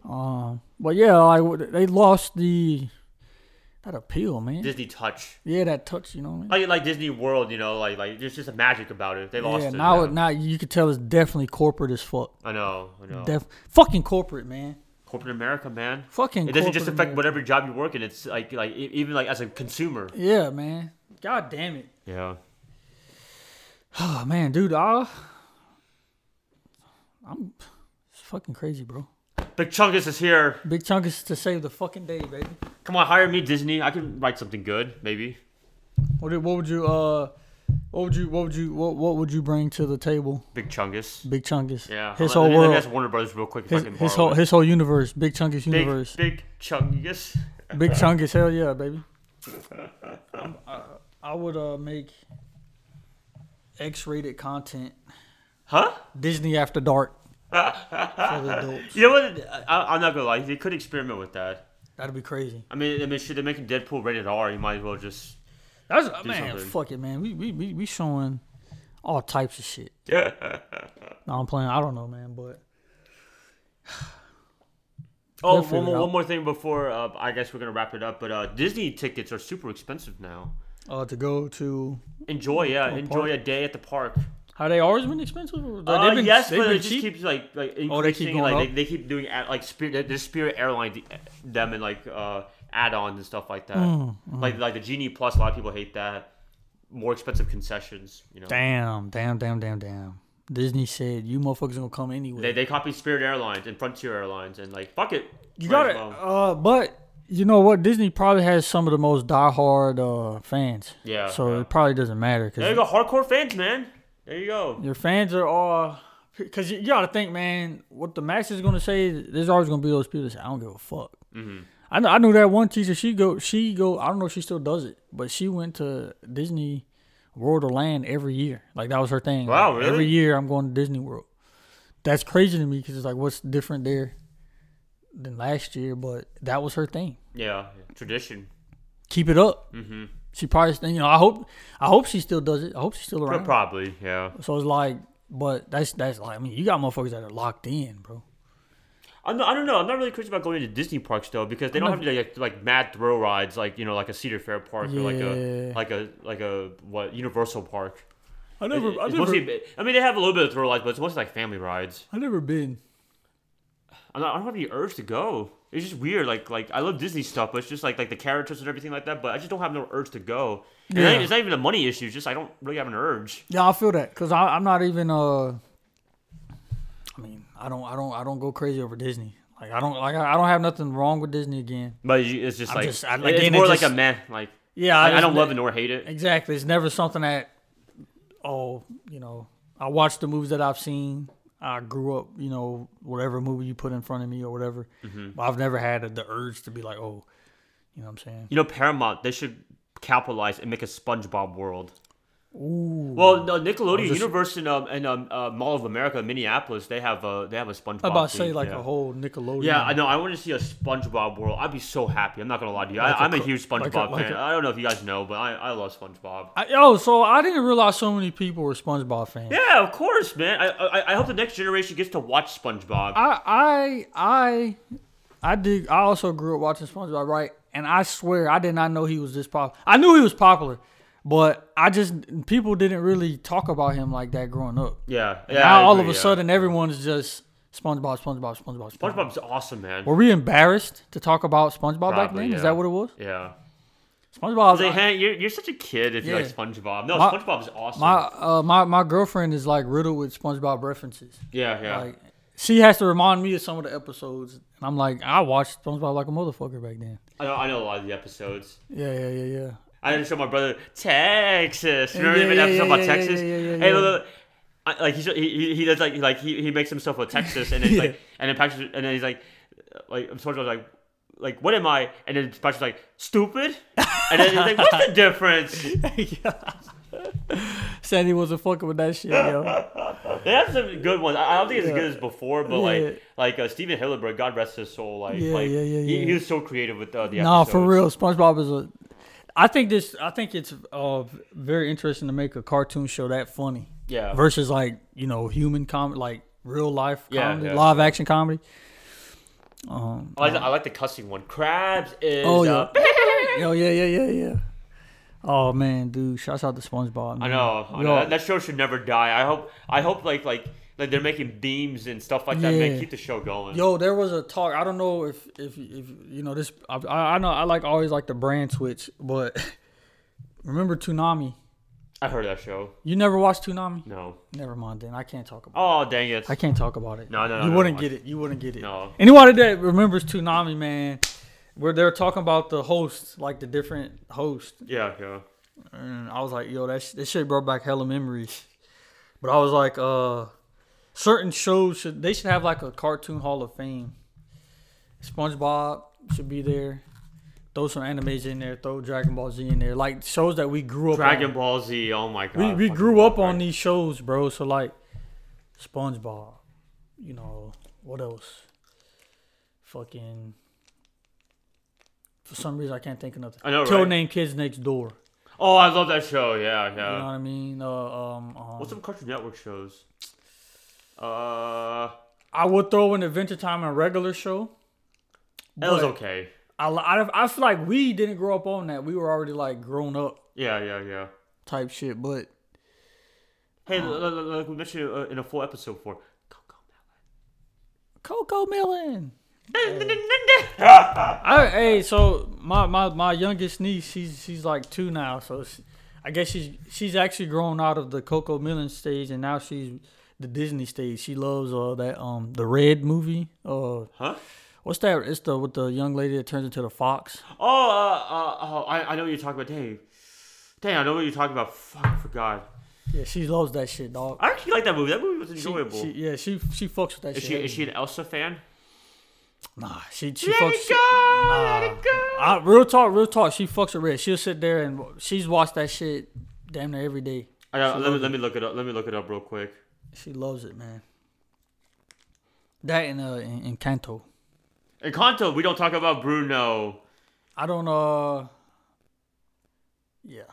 [SPEAKER 2] Um, but yeah, like they lost the that appeal, man.
[SPEAKER 1] Disney Touch.
[SPEAKER 2] yeah, that touch, you know. What I mean?
[SPEAKER 1] Like like Disney World, you know, like like there's just a magic about it. They lost
[SPEAKER 2] Yeah,
[SPEAKER 1] it.
[SPEAKER 2] now
[SPEAKER 1] man.
[SPEAKER 2] now you could tell it's definitely corporate as fuck.
[SPEAKER 1] I know, I know.
[SPEAKER 2] Def- fucking corporate, man.
[SPEAKER 1] Corporate America, man.
[SPEAKER 2] Fucking.
[SPEAKER 1] It doesn't just
[SPEAKER 2] corporate
[SPEAKER 1] affect
[SPEAKER 2] America.
[SPEAKER 1] whatever job you work in. It's like like e- even like as a consumer.
[SPEAKER 2] Yeah, man. God damn it.
[SPEAKER 1] Yeah.
[SPEAKER 2] Oh man, dude, I, I'm it's fucking crazy, bro.
[SPEAKER 1] Big Chungus is here.
[SPEAKER 2] Big chunk is to save the fucking day, baby.
[SPEAKER 1] Come on, hire me, Disney. I can write something good, maybe.
[SPEAKER 2] What, did- what would you uh, what would you what would you what, what would you bring to the table,
[SPEAKER 1] Big Chungus.
[SPEAKER 2] Big Chungus?
[SPEAKER 1] Yeah.
[SPEAKER 2] his
[SPEAKER 1] let,
[SPEAKER 2] whole
[SPEAKER 1] let me, Let me
[SPEAKER 2] world,
[SPEAKER 1] ask Warner Brothers real quick. If
[SPEAKER 2] his,
[SPEAKER 1] I can
[SPEAKER 2] his
[SPEAKER 1] borrow
[SPEAKER 2] whole
[SPEAKER 1] it.
[SPEAKER 2] his whole universe, Big
[SPEAKER 1] Big, <laughs>
[SPEAKER 2] Chungus universe,
[SPEAKER 1] big Chungus.
[SPEAKER 2] Big, Chungus, hell yeah, baby. i I, I would uh make X-rated content,
[SPEAKER 1] Huh?
[SPEAKER 2] Disney
[SPEAKER 1] <laughs>
[SPEAKER 2] After Dark for the adults.
[SPEAKER 1] You know what? I, I'm not gonna lie. They could experiment with that.
[SPEAKER 2] That'd be crazy.
[SPEAKER 1] I mean, I mean, shit. They're making Deadpool rated R. You might as well just.
[SPEAKER 2] That's man,
[SPEAKER 1] something.
[SPEAKER 2] fuck it, man. We, we we we showing all types
[SPEAKER 1] <laughs>
[SPEAKER 2] of shit.
[SPEAKER 1] Yeah.
[SPEAKER 2] No, I'm playing. I don't know, man, but
[SPEAKER 1] Oh,
[SPEAKER 2] They'll figure
[SPEAKER 1] one
[SPEAKER 2] it
[SPEAKER 1] more,
[SPEAKER 2] out.
[SPEAKER 1] one more thing before uh, I guess we're gonna wrap it up. But uh, Disney tickets are super expensive now.
[SPEAKER 2] uh, to go to
[SPEAKER 1] Enjoy, yeah,
[SPEAKER 2] park.
[SPEAKER 1] enjoy a day at the park.
[SPEAKER 2] how they always been expensive. Or
[SPEAKER 1] Uh,
[SPEAKER 2] they've been,
[SPEAKER 1] yes,
[SPEAKER 2] they've
[SPEAKER 1] but
[SPEAKER 2] been
[SPEAKER 1] it just
[SPEAKER 2] cheap?
[SPEAKER 1] keeps like like increasing.
[SPEAKER 2] Oh, they keep going
[SPEAKER 1] like
[SPEAKER 2] up?
[SPEAKER 1] They, they keep doing ad, like Spirit. uh, There's Spirit Airlines the- them and like uh, add-ons and stuff like that.
[SPEAKER 2] Mm,
[SPEAKER 1] Like like the Genie Plus. A lot of people hate that. More expensive concessions. You know,
[SPEAKER 2] damn, damn, damn, damn, damn. Disney said you motherfuckers gonna come anyway.
[SPEAKER 1] they they copy Spirit Airlines and Frontier Airlines and like fuck it.
[SPEAKER 2] you
[SPEAKER 1] might
[SPEAKER 2] got
[SPEAKER 1] as
[SPEAKER 2] it.
[SPEAKER 1] well.
[SPEAKER 2] Uh, but you know what? Disney probably has some of the most diehard uh fans.
[SPEAKER 1] Yeah,
[SPEAKER 2] So
[SPEAKER 1] yeah.
[SPEAKER 2] it probably doesn't matter
[SPEAKER 1] There you
[SPEAKER 2] because
[SPEAKER 1] go, hardcore fans, man. There you go.
[SPEAKER 2] your fans are all. Because you, you gotta think, man. What the max is gonna say is there's always gonna be those people that say I don't give a fuck.
[SPEAKER 1] Mm-hmm.
[SPEAKER 2] I know, I knew that one teacher. She go, she go. I don't know if she still does it, but she went to Disney World or Land every year. Like that was her thing.
[SPEAKER 1] Wow,
[SPEAKER 2] Like,
[SPEAKER 1] really?
[SPEAKER 2] Every year I'm going to Disney World. That's crazy to me because it's like, what's different there than last year? But that was her thing.
[SPEAKER 1] Yeah, yeah. tradition.
[SPEAKER 2] Keep it up. Mm-hmm. She probably, you know, I hope, I hope she still does it. I hope she's still
[SPEAKER 1] Pro-
[SPEAKER 2] around.
[SPEAKER 1] Probably, yeah.
[SPEAKER 2] So it's like, but that's that's like, I mean, you got motherfuckers that are locked in, bro.
[SPEAKER 1] I'm not, I don't know. I'm not really crazy about going to Disney parks though because they don't have like, like mad throw rides like you know like a Cedar Fair park or like a
[SPEAKER 2] Yeah.
[SPEAKER 1] like a like a what Universal park.
[SPEAKER 2] I
[SPEAKER 1] It-
[SPEAKER 2] never,
[SPEAKER 1] it's
[SPEAKER 2] I never,
[SPEAKER 1] mostly, I mean they have a little bit of throw rides, but it's mostly like family rides.
[SPEAKER 2] I never been.
[SPEAKER 1] I'm not, I don't have any urge to go. It's just weird. Like like I love Disney stuff, but it's just like like the characters and everything like that. But I just don't have no urge to go. And
[SPEAKER 2] Yeah.
[SPEAKER 1] I- it's not even a money issue. It's just I don't really have an urge.
[SPEAKER 2] Yeah, I feel that because I'm not even. Uh, I mean, I don't, I don't, I don't go crazy over Disney. Like I don't, like I I don't have nothing wrong with Disney again.
[SPEAKER 1] But you- it's just
[SPEAKER 2] I'm
[SPEAKER 1] like
[SPEAKER 2] just- I-
[SPEAKER 1] it-
[SPEAKER 2] again,
[SPEAKER 1] it's
[SPEAKER 2] it
[SPEAKER 1] more like
[SPEAKER 2] just-
[SPEAKER 1] a meh. Like
[SPEAKER 2] Yeah,
[SPEAKER 1] I, I
[SPEAKER 2] just
[SPEAKER 1] don't
[SPEAKER 2] ne-
[SPEAKER 1] love it nor hate it.
[SPEAKER 2] Exactly, it's never something that. Oh, you know, I watch the movies that I've seen. I grew up, you know, whatever movie you put in front of me or whatever.
[SPEAKER 1] Mm-hmm.
[SPEAKER 2] But I've never had the urge to be like, oh, you know what I'm saying?
[SPEAKER 1] You know, Paramount, they should capitalize and make a SpongeBob world.
[SPEAKER 2] Ooh,
[SPEAKER 1] Well, no, Nickelodeon
[SPEAKER 2] just-
[SPEAKER 1] Universe and um, and um, uh, Mall of America, in Minneapolis, they have a they have a SpongeBob.
[SPEAKER 2] I about to say
[SPEAKER 1] league,
[SPEAKER 2] like
[SPEAKER 1] yeah.
[SPEAKER 2] a whole Nickelodeon.
[SPEAKER 1] Yeah, I know. I want to see a SpongeBob world. I'd be so happy. I'm not gonna lie to you.
[SPEAKER 2] Like a
[SPEAKER 1] I, I'm a
[SPEAKER 2] co-
[SPEAKER 1] huge SpongeBob
[SPEAKER 2] like a- like
[SPEAKER 1] fan.
[SPEAKER 2] a-
[SPEAKER 1] I I don't know if you guys know, but I, I love SpongeBob.
[SPEAKER 2] I, oh, so I didn't realize so many people were SpongeBob fans.
[SPEAKER 1] Yeah, of course, man. I, I I hope the next generation gets to watch SpongeBob.
[SPEAKER 2] I I I I did. I also grew up watching SpongeBob, right? And I swear I did not know he was this popular. I knew he was popular, but I just people didn't really talk about him like that growing up.
[SPEAKER 1] yeah, yeah.
[SPEAKER 2] now
[SPEAKER 1] I
[SPEAKER 2] all of
[SPEAKER 1] agree,
[SPEAKER 2] a
[SPEAKER 1] yeah.
[SPEAKER 2] sudden everyone's just SpongeBob, SpongeBob, SpongeBob, SpongeBob.
[SPEAKER 1] SpongeBob's awesome, man.
[SPEAKER 2] Were we embarrassed to talk about SpongeBob back
[SPEAKER 1] Probably,
[SPEAKER 2] then? Is
[SPEAKER 1] yeah.
[SPEAKER 2] that what it was?
[SPEAKER 1] Yeah.
[SPEAKER 2] SpongeBob.
[SPEAKER 1] They, hey, you're, you're such a kid if
[SPEAKER 2] Uh, Yeah.
[SPEAKER 1] you like SpongeBob. No,
[SPEAKER 2] My-
[SPEAKER 1] SpongeBob is awesome.
[SPEAKER 2] my uh, my my girlfriend is like riddled with SpongeBob references.
[SPEAKER 1] yeah, yeah.
[SPEAKER 2] Like she has to remind me of some of the episodes, and I'm like, I watched SpongeBob like a motherfucker back then.
[SPEAKER 1] I know I know a lot of the episodes.
[SPEAKER 2] Yeah, yeah, yeah, yeah.
[SPEAKER 1] I had to show my brother Texas. Remember
[SPEAKER 2] Yeah,
[SPEAKER 1] that
[SPEAKER 2] yeah,
[SPEAKER 1] episode
[SPEAKER 2] yeah,
[SPEAKER 1] about
[SPEAKER 2] yeah,
[SPEAKER 1] Texas?
[SPEAKER 2] yeah, yeah, yeah,
[SPEAKER 1] Hey,
[SPEAKER 2] yeah.
[SPEAKER 1] look, look, I, like he, he he does like like he, he makes himself a Texas,
[SPEAKER 2] <laughs>
[SPEAKER 1] and then he's like and then Patrick and then he's like like I'm sort of like like what am I? And then Patrick's like stupid, and then he's like what's
[SPEAKER 2] <laughs>
[SPEAKER 1] the difference?
[SPEAKER 2] Sandy wasn't fucking with that shit, yo.
[SPEAKER 1] They have some good ones. I I don't think it's as good as before, but
[SPEAKER 2] Yeah.
[SPEAKER 1] like like uh, Steven Hillenburg, God rest his soul. Like
[SPEAKER 2] Yeah,
[SPEAKER 1] like
[SPEAKER 2] yeah, yeah,
[SPEAKER 1] He, he
[SPEAKER 2] yeah.
[SPEAKER 1] was so creative with uh, the episodes.
[SPEAKER 2] <laughs> nah, for real, SpongeBob is a. I think this. I think it's uh, very interesting to make a cartoon show that funny
[SPEAKER 1] Yeah.
[SPEAKER 2] versus like you know human comedy, like real life
[SPEAKER 1] Yeah,
[SPEAKER 2] comedy,
[SPEAKER 1] yeah.
[SPEAKER 2] live action comedy. Um,
[SPEAKER 1] I like, the, I like the cussing one. Crabs is.
[SPEAKER 2] Oh, yeah.
[SPEAKER 1] uh,
[SPEAKER 2] oh yeah, yeah, yeah, yeah. Oh man, dude! Shouts out to SpongeBob.
[SPEAKER 1] I
[SPEAKER 2] man.
[SPEAKER 1] know. I
[SPEAKER 2] Yo,
[SPEAKER 1] know. That, that show should never die. I hope. I hope like like like they're making beams and stuff like that. Man,
[SPEAKER 2] Yeah.
[SPEAKER 1] keep the show going.
[SPEAKER 2] Yo, there was a talk. I don't know if if if you know this. I I I know I like always like the brand switch, but <laughs> remember Toonami?
[SPEAKER 1] I heard that show.
[SPEAKER 2] You never watched Toonami?
[SPEAKER 1] No.
[SPEAKER 2] Never mind. Then I can't talk about.
[SPEAKER 1] Oh dang it.
[SPEAKER 2] I can't talk about it.
[SPEAKER 1] No, no, no,
[SPEAKER 2] You
[SPEAKER 1] no,
[SPEAKER 2] wouldn't
[SPEAKER 1] no.
[SPEAKER 2] get it. You wouldn't get it.
[SPEAKER 1] No.
[SPEAKER 2] Anyone that remembers Toonami, man, where they're talking about the hosts, like the different hosts,
[SPEAKER 1] Yeah, yeah.
[SPEAKER 2] and I was like, yo, that sh- that shit brought back hella memories. But I was like, uh, certain shows should they should have like a cartoon hall of fame. SpongeBob should be there. Throw some animes in there. Throw Dragon Ball Z in there. Like shows that we grew up.
[SPEAKER 1] Dragon
[SPEAKER 2] on.
[SPEAKER 1] Ball Z. Oh my god.
[SPEAKER 2] We we
[SPEAKER 1] fucking
[SPEAKER 2] grew up
[SPEAKER 1] love
[SPEAKER 2] on
[SPEAKER 1] it.
[SPEAKER 2] these shows, bro. So like, SpongeBob. You know what else? Fucking. For some reason, I can't think of nothing.
[SPEAKER 1] I know,
[SPEAKER 2] Till
[SPEAKER 1] right?
[SPEAKER 2] name kids next door.
[SPEAKER 1] Oh, I love that show. Yeah,
[SPEAKER 2] You know
[SPEAKER 1] yeah.
[SPEAKER 2] what I mean? Uh, um, um,
[SPEAKER 1] What's some Cartoon Network shows? Uh,
[SPEAKER 2] I would throw in Adventure Time and regular show.
[SPEAKER 1] that was
[SPEAKER 2] but
[SPEAKER 1] okay.
[SPEAKER 2] I, I, I feel like we didn't grow up on that. We were already like grown up
[SPEAKER 1] Yeah, yeah, yeah.
[SPEAKER 2] type shit. But
[SPEAKER 1] Hey,
[SPEAKER 2] Uh.
[SPEAKER 1] l- l- l- like we mentioned uh, in a full episode for Coco
[SPEAKER 2] Coco Melon.
[SPEAKER 1] Melon. <laughs> Ah!
[SPEAKER 2] I, hey, so my, my, my youngest niece, she's she's like two now. So she, I guess she's she's actually grown out of the Coco Melon stage, and now she's the Disney stage. She loves uh, that um the Red movie. Uh,
[SPEAKER 1] Huh?
[SPEAKER 2] what's that? It's the with the young lady that turns into the fox.
[SPEAKER 1] Oh, uh, uh, oh, I, I know what you're talking about. Dang. Dang, I know what you're talking about. Fuck, I forgot.
[SPEAKER 2] Yeah, she loves that shit, dog.
[SPEAKER 1] I actually like that movie. That movie was
[SPEAKER 2] She-
[SPEAKER 1] enjoyable.
[SPEAKER 2] She, yeah, she she fucks with that
[SPEAKER 1] is
[SPEAKER 2] shit.
[SPEAKER 1] she is she an Elsa fan?
[SPEAKER 2] Nah, she she
[SPEAKER 1] Let
[SPEAKER 2] fucks.
[SPEAKER 1] it go, let
[SPEAKER 2] Nah.
[SPEAKER 1] it go.
[SPEAKER 2] I, real talk, real talk. She fucks with red. She'll sit there and she's watched that shit damn near every day.
[SPEAKER 1] I got,
[SPEAKER 2] She
[SPEAKER 1] let me
[SPEAKER 2] loves
[SPEAKER 1] let me look it up. Let me look it up real quick.
[SPEAKER 2] She loves it, man. That and uh in, in Kanto.
[SPEAKER 1] Encanto. We don't talk about Bruno.
[SPEAKER 2] I don't uh. Yeah.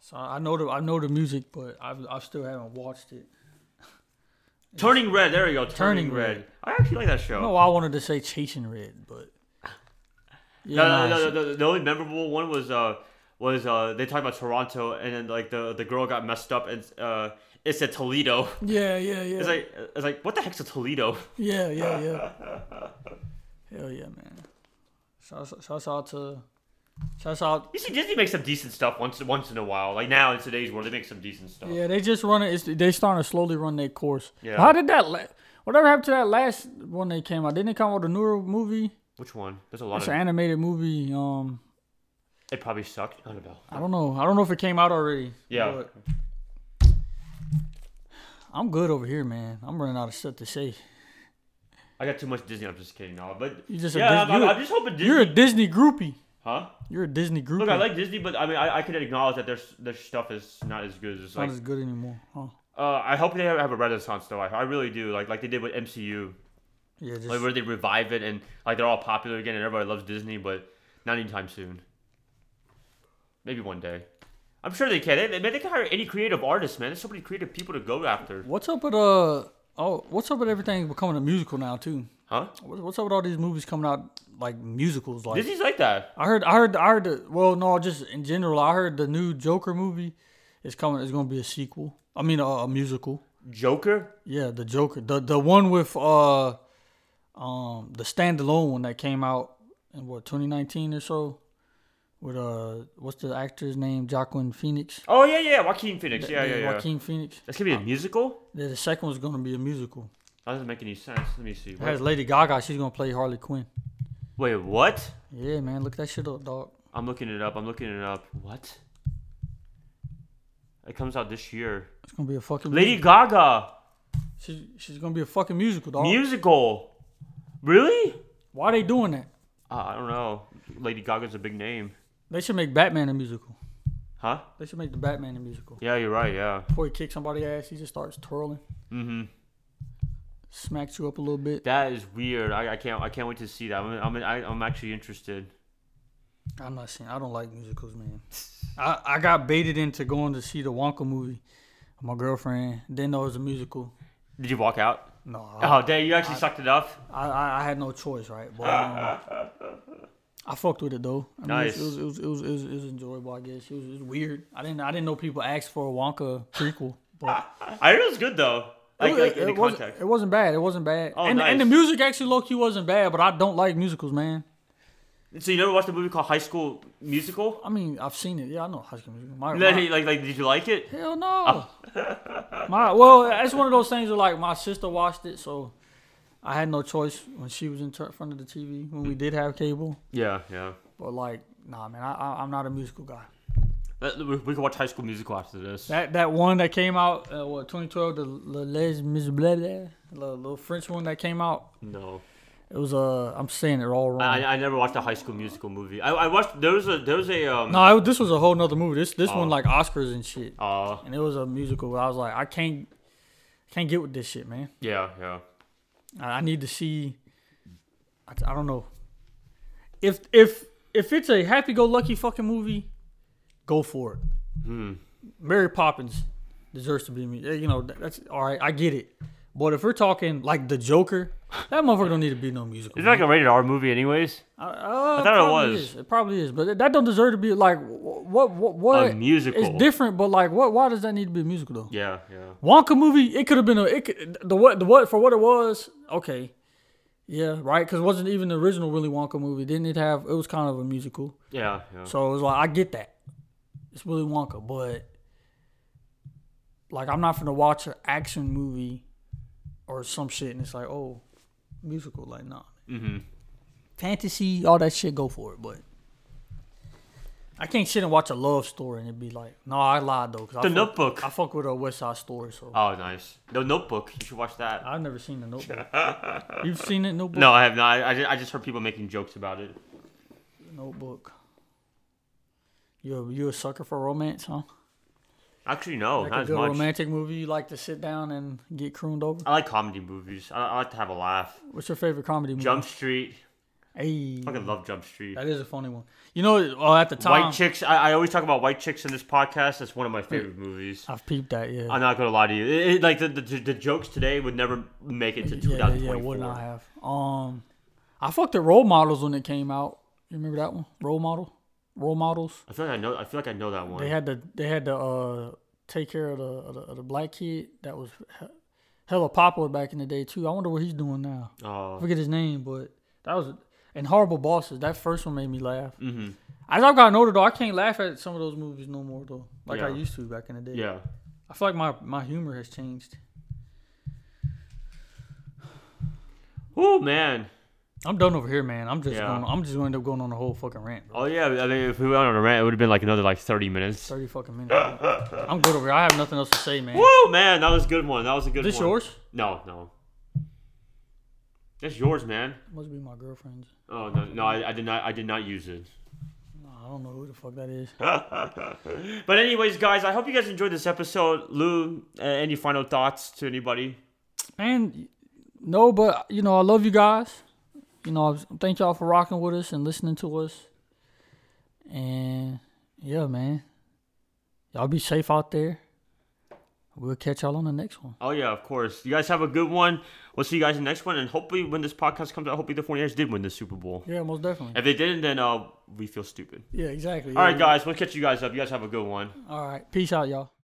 [SPEAKER 2] So I know the I know the music, but I've I still haven't watched it.
[SPEAKER 1] Turning red. There you go. Turning,
[SPEAKER 2] Turning
[SPEAKER 1] red.
[SPEAKER 2] Red.
[SPEAKER 1] I actually like that show.
[SPEAKER 2] No, I wanted to say Chasing Red, but yeah,
[SPEAKER 1] No, no,
[SPEAKER 2] nah,
[SPEAKER 1] no,
[SPEAKER 2] she-
[SPEAKER 1] no, no, The only memorable one was uh was uh they talked about Toronto and then like the the girl got messed up and uh it said Toledo. <laughs>
[SPEAKER 2] yeah, yeah, yeah.
[SPEAKER 1] It's like it's like what the heck's a Toledo?
[SPEAKER 2] Yeah,
[SPEAKER 1] <laughs>
[SPEAKER 2] yeah, yeah. Hell yeah, man. Shouts, shouts out to. Shouts out.
[SPEAKER 1] You see, Disney makes some decent stuff once once in a while. Like now in today's world, they make some decent stuff.
[SPEAKER 2] Yeah, they just run it. It's, they starting to slowly run their course.
[SPEAKER 1] Yeah.
[SPEAKER 2] How did that. La- whatever happened to that last one they came out? Didn't they come out with a newer movie?
[SPEAKER 1] Which one? There's a lot
[SPEAKER 2] It's
[SPEAKER 1] of.
[SPEAKER 2] an animated movie. Um,
[SPEAKER 1] It probably sucked. I don't know.
[SPEAKER 2] I don't know. I don't know if it came out already.
[SPEAKER 1] Yeah.
[SPEAKER 2] but- I'm good over here, man. I'm running out of stuff to say.
[SPEAKER 1] I got too much Disney. I'm just kidding, now. But
[SPEAKER 2] You just a
[SPEAKER 1] yeah,
[SPEAKER 2] Dis-
[SPEAKER 1] I'm, I'm,
[SPEAKER 2] you-
[SPEAKER 1] I'm just hoping Disney.
[SPEAKER 2] You're a Disney groupie.
[SPEAKER 1] huh?
[SPEAKER 2] You're a Disney groupie.
[SPEAKER 1] Look, I like Disney, but I mean, I, I can acknowledge that their their stuff is not as good as
[SPEAKER 2] Not
[SPEAKER 1] like.
[SPEAKER 2] as good anymore. Huh?
[SPEAKER 1] Uh, I hope they have have a renaissance though. I, I really do. Like like they did with MCU.
[SPEAKER 2] Yeah, just
[SPEAKER 1] Like where they revive it and like they're all popular again and everybody loves Disney, but not anytime soon. Maybe one day. I'm sure they can. They, they, man, they can hire any creative artist, man. There's so many creative people to go after.
[SPEAKER 2] What's up with uh oh what's up with everything becoming a musical now too?
[SPEAKER 1] Huh?
[SPEAKER 2] What- What's up with all these movies coming out like musicals like
[SPEAKER 1] Disney's like that.
[SPEAKER 2] I heard I heard I heard the, well no just in general I heard the new Joker movie is coming it's going to be a sequel. I mean a, a musical.
[SPEAKER 1] Joker?
[SPEAKER 2] Yeah, the Joker the the one with uh um the standalone one that came out in what 2019 or so with uh what's the actor's name Joaquin Phoenix.
[SPEAKER 1] Oh, yeah, yeah. Joaquin Phoenix. Yeah, yeah, yeah.
[SPEAKER 2] Joaquin Phoenix.
[SPEAKER 1] That's going to be a musical?
[SPEAKER 2] Yeah, the second one's going to be a musical.
[SPEAKER 1] That doesn't make any sense. Let me see.
[SPEAKER 2] It
[SPEAKER 1] Wait,
[SPEAKER 2] has Lady Gaga. She's going to play Harley Quinn.
[SPEAKER 1] wait, what?
[SPEAKER 2] Yeah, man, look that shit up, dog.
[SPEAKER 1] I'm looking it up. I'm looking it up. What? It comes out this year.
[SPEAKER 2] It's gonna be a fucking
[SPEAKER 1] Lady Gaga.
[SPEAKER 2] She's she's gonna be a fucking musical, dog.
[SPEAKER 1] Musical. Really?
[SPEAKER 2] Why they doing that?
[SPEAKER 1] Uh, I don't know. Lady Gaga's a big name.
[SPEAKER 2] They should make Batman a musical.
[SPEAKER 1] Huh?
[SPEAKER 2] They should make the Batman a musical.
[SPEAKER 1] Yeah, you're right. Yeah.
[SPEAKER 2] Before he kicks somebody's ass, he just starts twirling,
[SPEAKER 1] hmm
[SPEAKER 2] smacks you up a little bit.
[SPEAKER 1] That is weird. I, I can't. I can't wait to see that. I'm. I'm, I, I'm actually interested.
[SPEAKER 2] I'm not saying I don't like musicals, man. I, I got baited into going to see the Wonka movie. with My girlfriend didn't know it was a musical.
[SPEAKER 1] Did you walk out?
[SPEAKER 2] No, I,
[SPEAKER 1] Oh, dang, you actually sucked it up.
[SPEAKER 2] I- I, I had no choice, right? But um, I fucked with it though. I mean,
[SPEAKER 1] Nice.
[SPEAKER 2] It was, it was, it was, it was, it was enjoyable. I guess it was, it was weird. I didn't I didn't know people asked for a Wonka prequel, but
[SPEAKER 1] I heard it was good though. <laughs> Like,
[SPEAKER 2] it,
[SPEAKER 1] like in
[SPEAKER 2] it
[SPEAKER 1] the
[SPEAKER 2] wasn't,
[SPEAKER 1] context.
[SPEAKER 2] it wasn't bad. It wasn't bad.
[SPEAKER 1] Oh,
[SPEAKER 2] and and the
[SPEAKER 1] nice.
[SPEAKER 2] music actually low key wasn't bad. But I don't like musicals, man.
[SPEAKER 1] So you never watched the movie called High School Musical?
[SPEAKER 2] I mean, I've seen it. Yeah, I know High School Musical. My- my-
[SPEAKER 1] Like, like, like, did you like it?
[SPEAKER 2] Hell no.
[SPEAKER 1] Oh.
[SPEAKER 2] <laughs> my well, it's one of those things where like my sister watched it, so I had no choice when she was in tr- front of the TV when we did have cable.
[SPEAKER 1] Yeah, yeah.
[SPEAKER 2] But like, nah, man, I, I I'm not a musical guy.
[SPEAKER 1] Let- Uh, We, we can watch High School Musical after this.
[SPEAKER 2] That that one that came out, uh, what 2012, the Le Les Miserables, the little French one that came out.
[SPEAKER 1] No,
[SPEAKER 2] It was uh, I'm saying it all wrong.
[SPEAKER 1] I, I never watched a High School Musical movie. I, I watched there was a there was a um.
[SPEAKER 2] no, it, this was a whole nother movie. This this
[SPEAKER 1] Oh.
[SPEAKER 2] one like Oscars and shit,
[SPEAKER 1] Uh,
[SPEAKER 2] and it was a musical. I was like, I can't can't get with this shit, man.
[SPEAKER 1] yeah, yeah.
[SPEAKER 2] I I need to see. I, I don't know. If if if it's a happy-go-lucky fucking movie, go for it.
[SPEAKER 1] Hmm.
[SPEAKER 2] Mary Poppins deserves to be me. eh, You know that- that's all right. I get it. But if we're talking like the Joker, that motherfucker don't need to be no musical.
[SPEAKER 1] It's like a rated R movie, anyways.
[SPEAKER 2] I,
[SPEAKER 1] I
[SPEAKER 2] uh,
[SPEAKER 1] thought it
[SPEAKER 2] probably
[SPEAKER 1] was.
[SPEAKER 2] is. It probably is, but that don't deserve to be like what what what
[SPEAKER 1] A musical.
[SPEAKER 2] It's different, but like what? Why does that need to be a musical though?
[SPEAKER 1] Yeah, yeah.
[SPEAKER 2] Wonka movie, it could have been a it could, the what the what for what it was. Okay, yeah, right. Because it wasn't even the original Willy Wonka movie. Didn't it have? It was kind of a musical,
[SPEAKER 1] Yeah, yeah.
[SPEAKER 2] so it was like I get that. It's Willy Wonka, but like I'm not gonna watch an action movie or some shit, and it's like oh, musical, like nah. Mm-hmm. Fantasy, all that shit, go for it, but. I can't sit and watch a love story and it'd be like, no, I lied though. 'cause I
[SPEAKER 1] The
[SPEAKER 2] fuck-
[SPEAKER 1] Notebook.
[SPEAKER 2] I fuck with a West Side Story, so
[SPEAKER 1] Oh, nice. The Notebook. You should watch that.
[SPEAKER 2] I've never seen the Notebook. You've seen it, Notebook.
[SPEAKER 1] No, I have not. I, I, just, I just heard people making jokes about it.
[SPEAKER 2] Notebook. You a, you a sucker for romance, huh?
[SPEAKER 1] Actually, no,
[SPEAKER 2] Like
[SPEAKER 1] not
[SPEAKER 2] a
[SPEAKER 1] as
[SPEAKER 2] good
[SPEAKER 1] much.
[SPEAKER 2] romantic movie you like to sit down and get crooned over.
[SPEAKER 1] I like comedy movies. I, I like to have a laugh.
[SPEAKER 2] What's your favorite comedy movie?
[SPEAKER 1] Jump Street.
[SPEAKER 2] Hey,
[SPEAKER 1] I fucking love Jump Street.
[SPEAKER 2] that is a funny one. You know, oh, at the time,
[SPEAKER 1] White Chicks. I, I always talk about White Chicks in this podcast. That's one of my favorite movies.
[SPEAKER 2] I've peeped that. Yeah,
[SPEAKER 1] I'm not gonna lie to you. It, it- like the, the the jokes today would never make it to
[SPEAKER 2] yeah, yeah, yeah.
[SPEAKER 1] 2024.
[SPEAKER 2] Wouldn't I have? Um, I fucked the role models when it came out. You remember that one? Role model, role models.
[SPEAKER 1] I feel like I know. I feel like I know that one.
[SPEAKER 2] They had to they had to uh, take care of the, of the of the black kid that was he- hella popular back in the day too. I wonder what he's doing now. I
[SPEAKER 1] oh,
[SPEAKER 2] forget his name, but that was and horrible bosses. That first one made me laugh. Mm-hmm. As I've gotten older though, I can't laugh at some of those movies no more though, like I
[SPEAKER 1] Yeah.
[SPEAKER 2] used to back in the day.
[SPEAKER 1] yeah.
[SPEAKER 2] I feel like my my humor has changed.
[SPEAKER 1] Oh man.
[SPEAKER 2] I'm done over here, man. I'm just
[SPEAKER 1] Yeah.
[SPEAKER 2] going, I'm just going to end up going on a whole fucking rant. Bro.
[SPEAKER 1] Oh yeah. I mean, if we went on a rant, it would have been like another like 30 minutes.
[SPEAKER 2] Thirty
[SPEAKER 1] <laughs>
[SPEAKER 2] fucking minutes. bro. I'm good over here. I have nothing else to say, man.
[SPEAKER 1] Whoa, man, that was a good one. That was a good
[SPEAKER 2] Is this
[SPEAKER 1] one.
[SPEAKER 2] yours?
[SPEAKER 1] No, no. That's yours, man.
[SPEAKER 2] Must be my girlfriend's.
[SPEAKER 1] Oh no, no, I, I did not. I did not use it.
[SPEAKER 2] I don't know who the fuck that is.
[SPEAKER 1] But anyways, guys, I hope you guys enjoyed this episode. Lou, uh, any final thoughts to anybody?
[SPEAKER 2] Man, no, but you know, I love you guys. You know, I- thank y'all for rocking with us and listening to us. And yeah, man, y'all be safe out there. We'll catch y'all on the next one.
[SPEAKER 1] Oh yeah, of course. You guys have a good one. We'll see you guys in the next one, and hopefully, when this podcast comes out, hopefully the 49ers did win the Super Bowl.
[SPEAKER 2] Yeah, most definitely.
[SPEAKER 1] If they didn't, then uh, we feel stupid.
[SPEAKER 2] Yeah, exactly.
[SPEAKER 1] All right, guys, we'll catch you guys up. You guys have a good one.
[SPEAKER 2] All right. Peace out, y'all.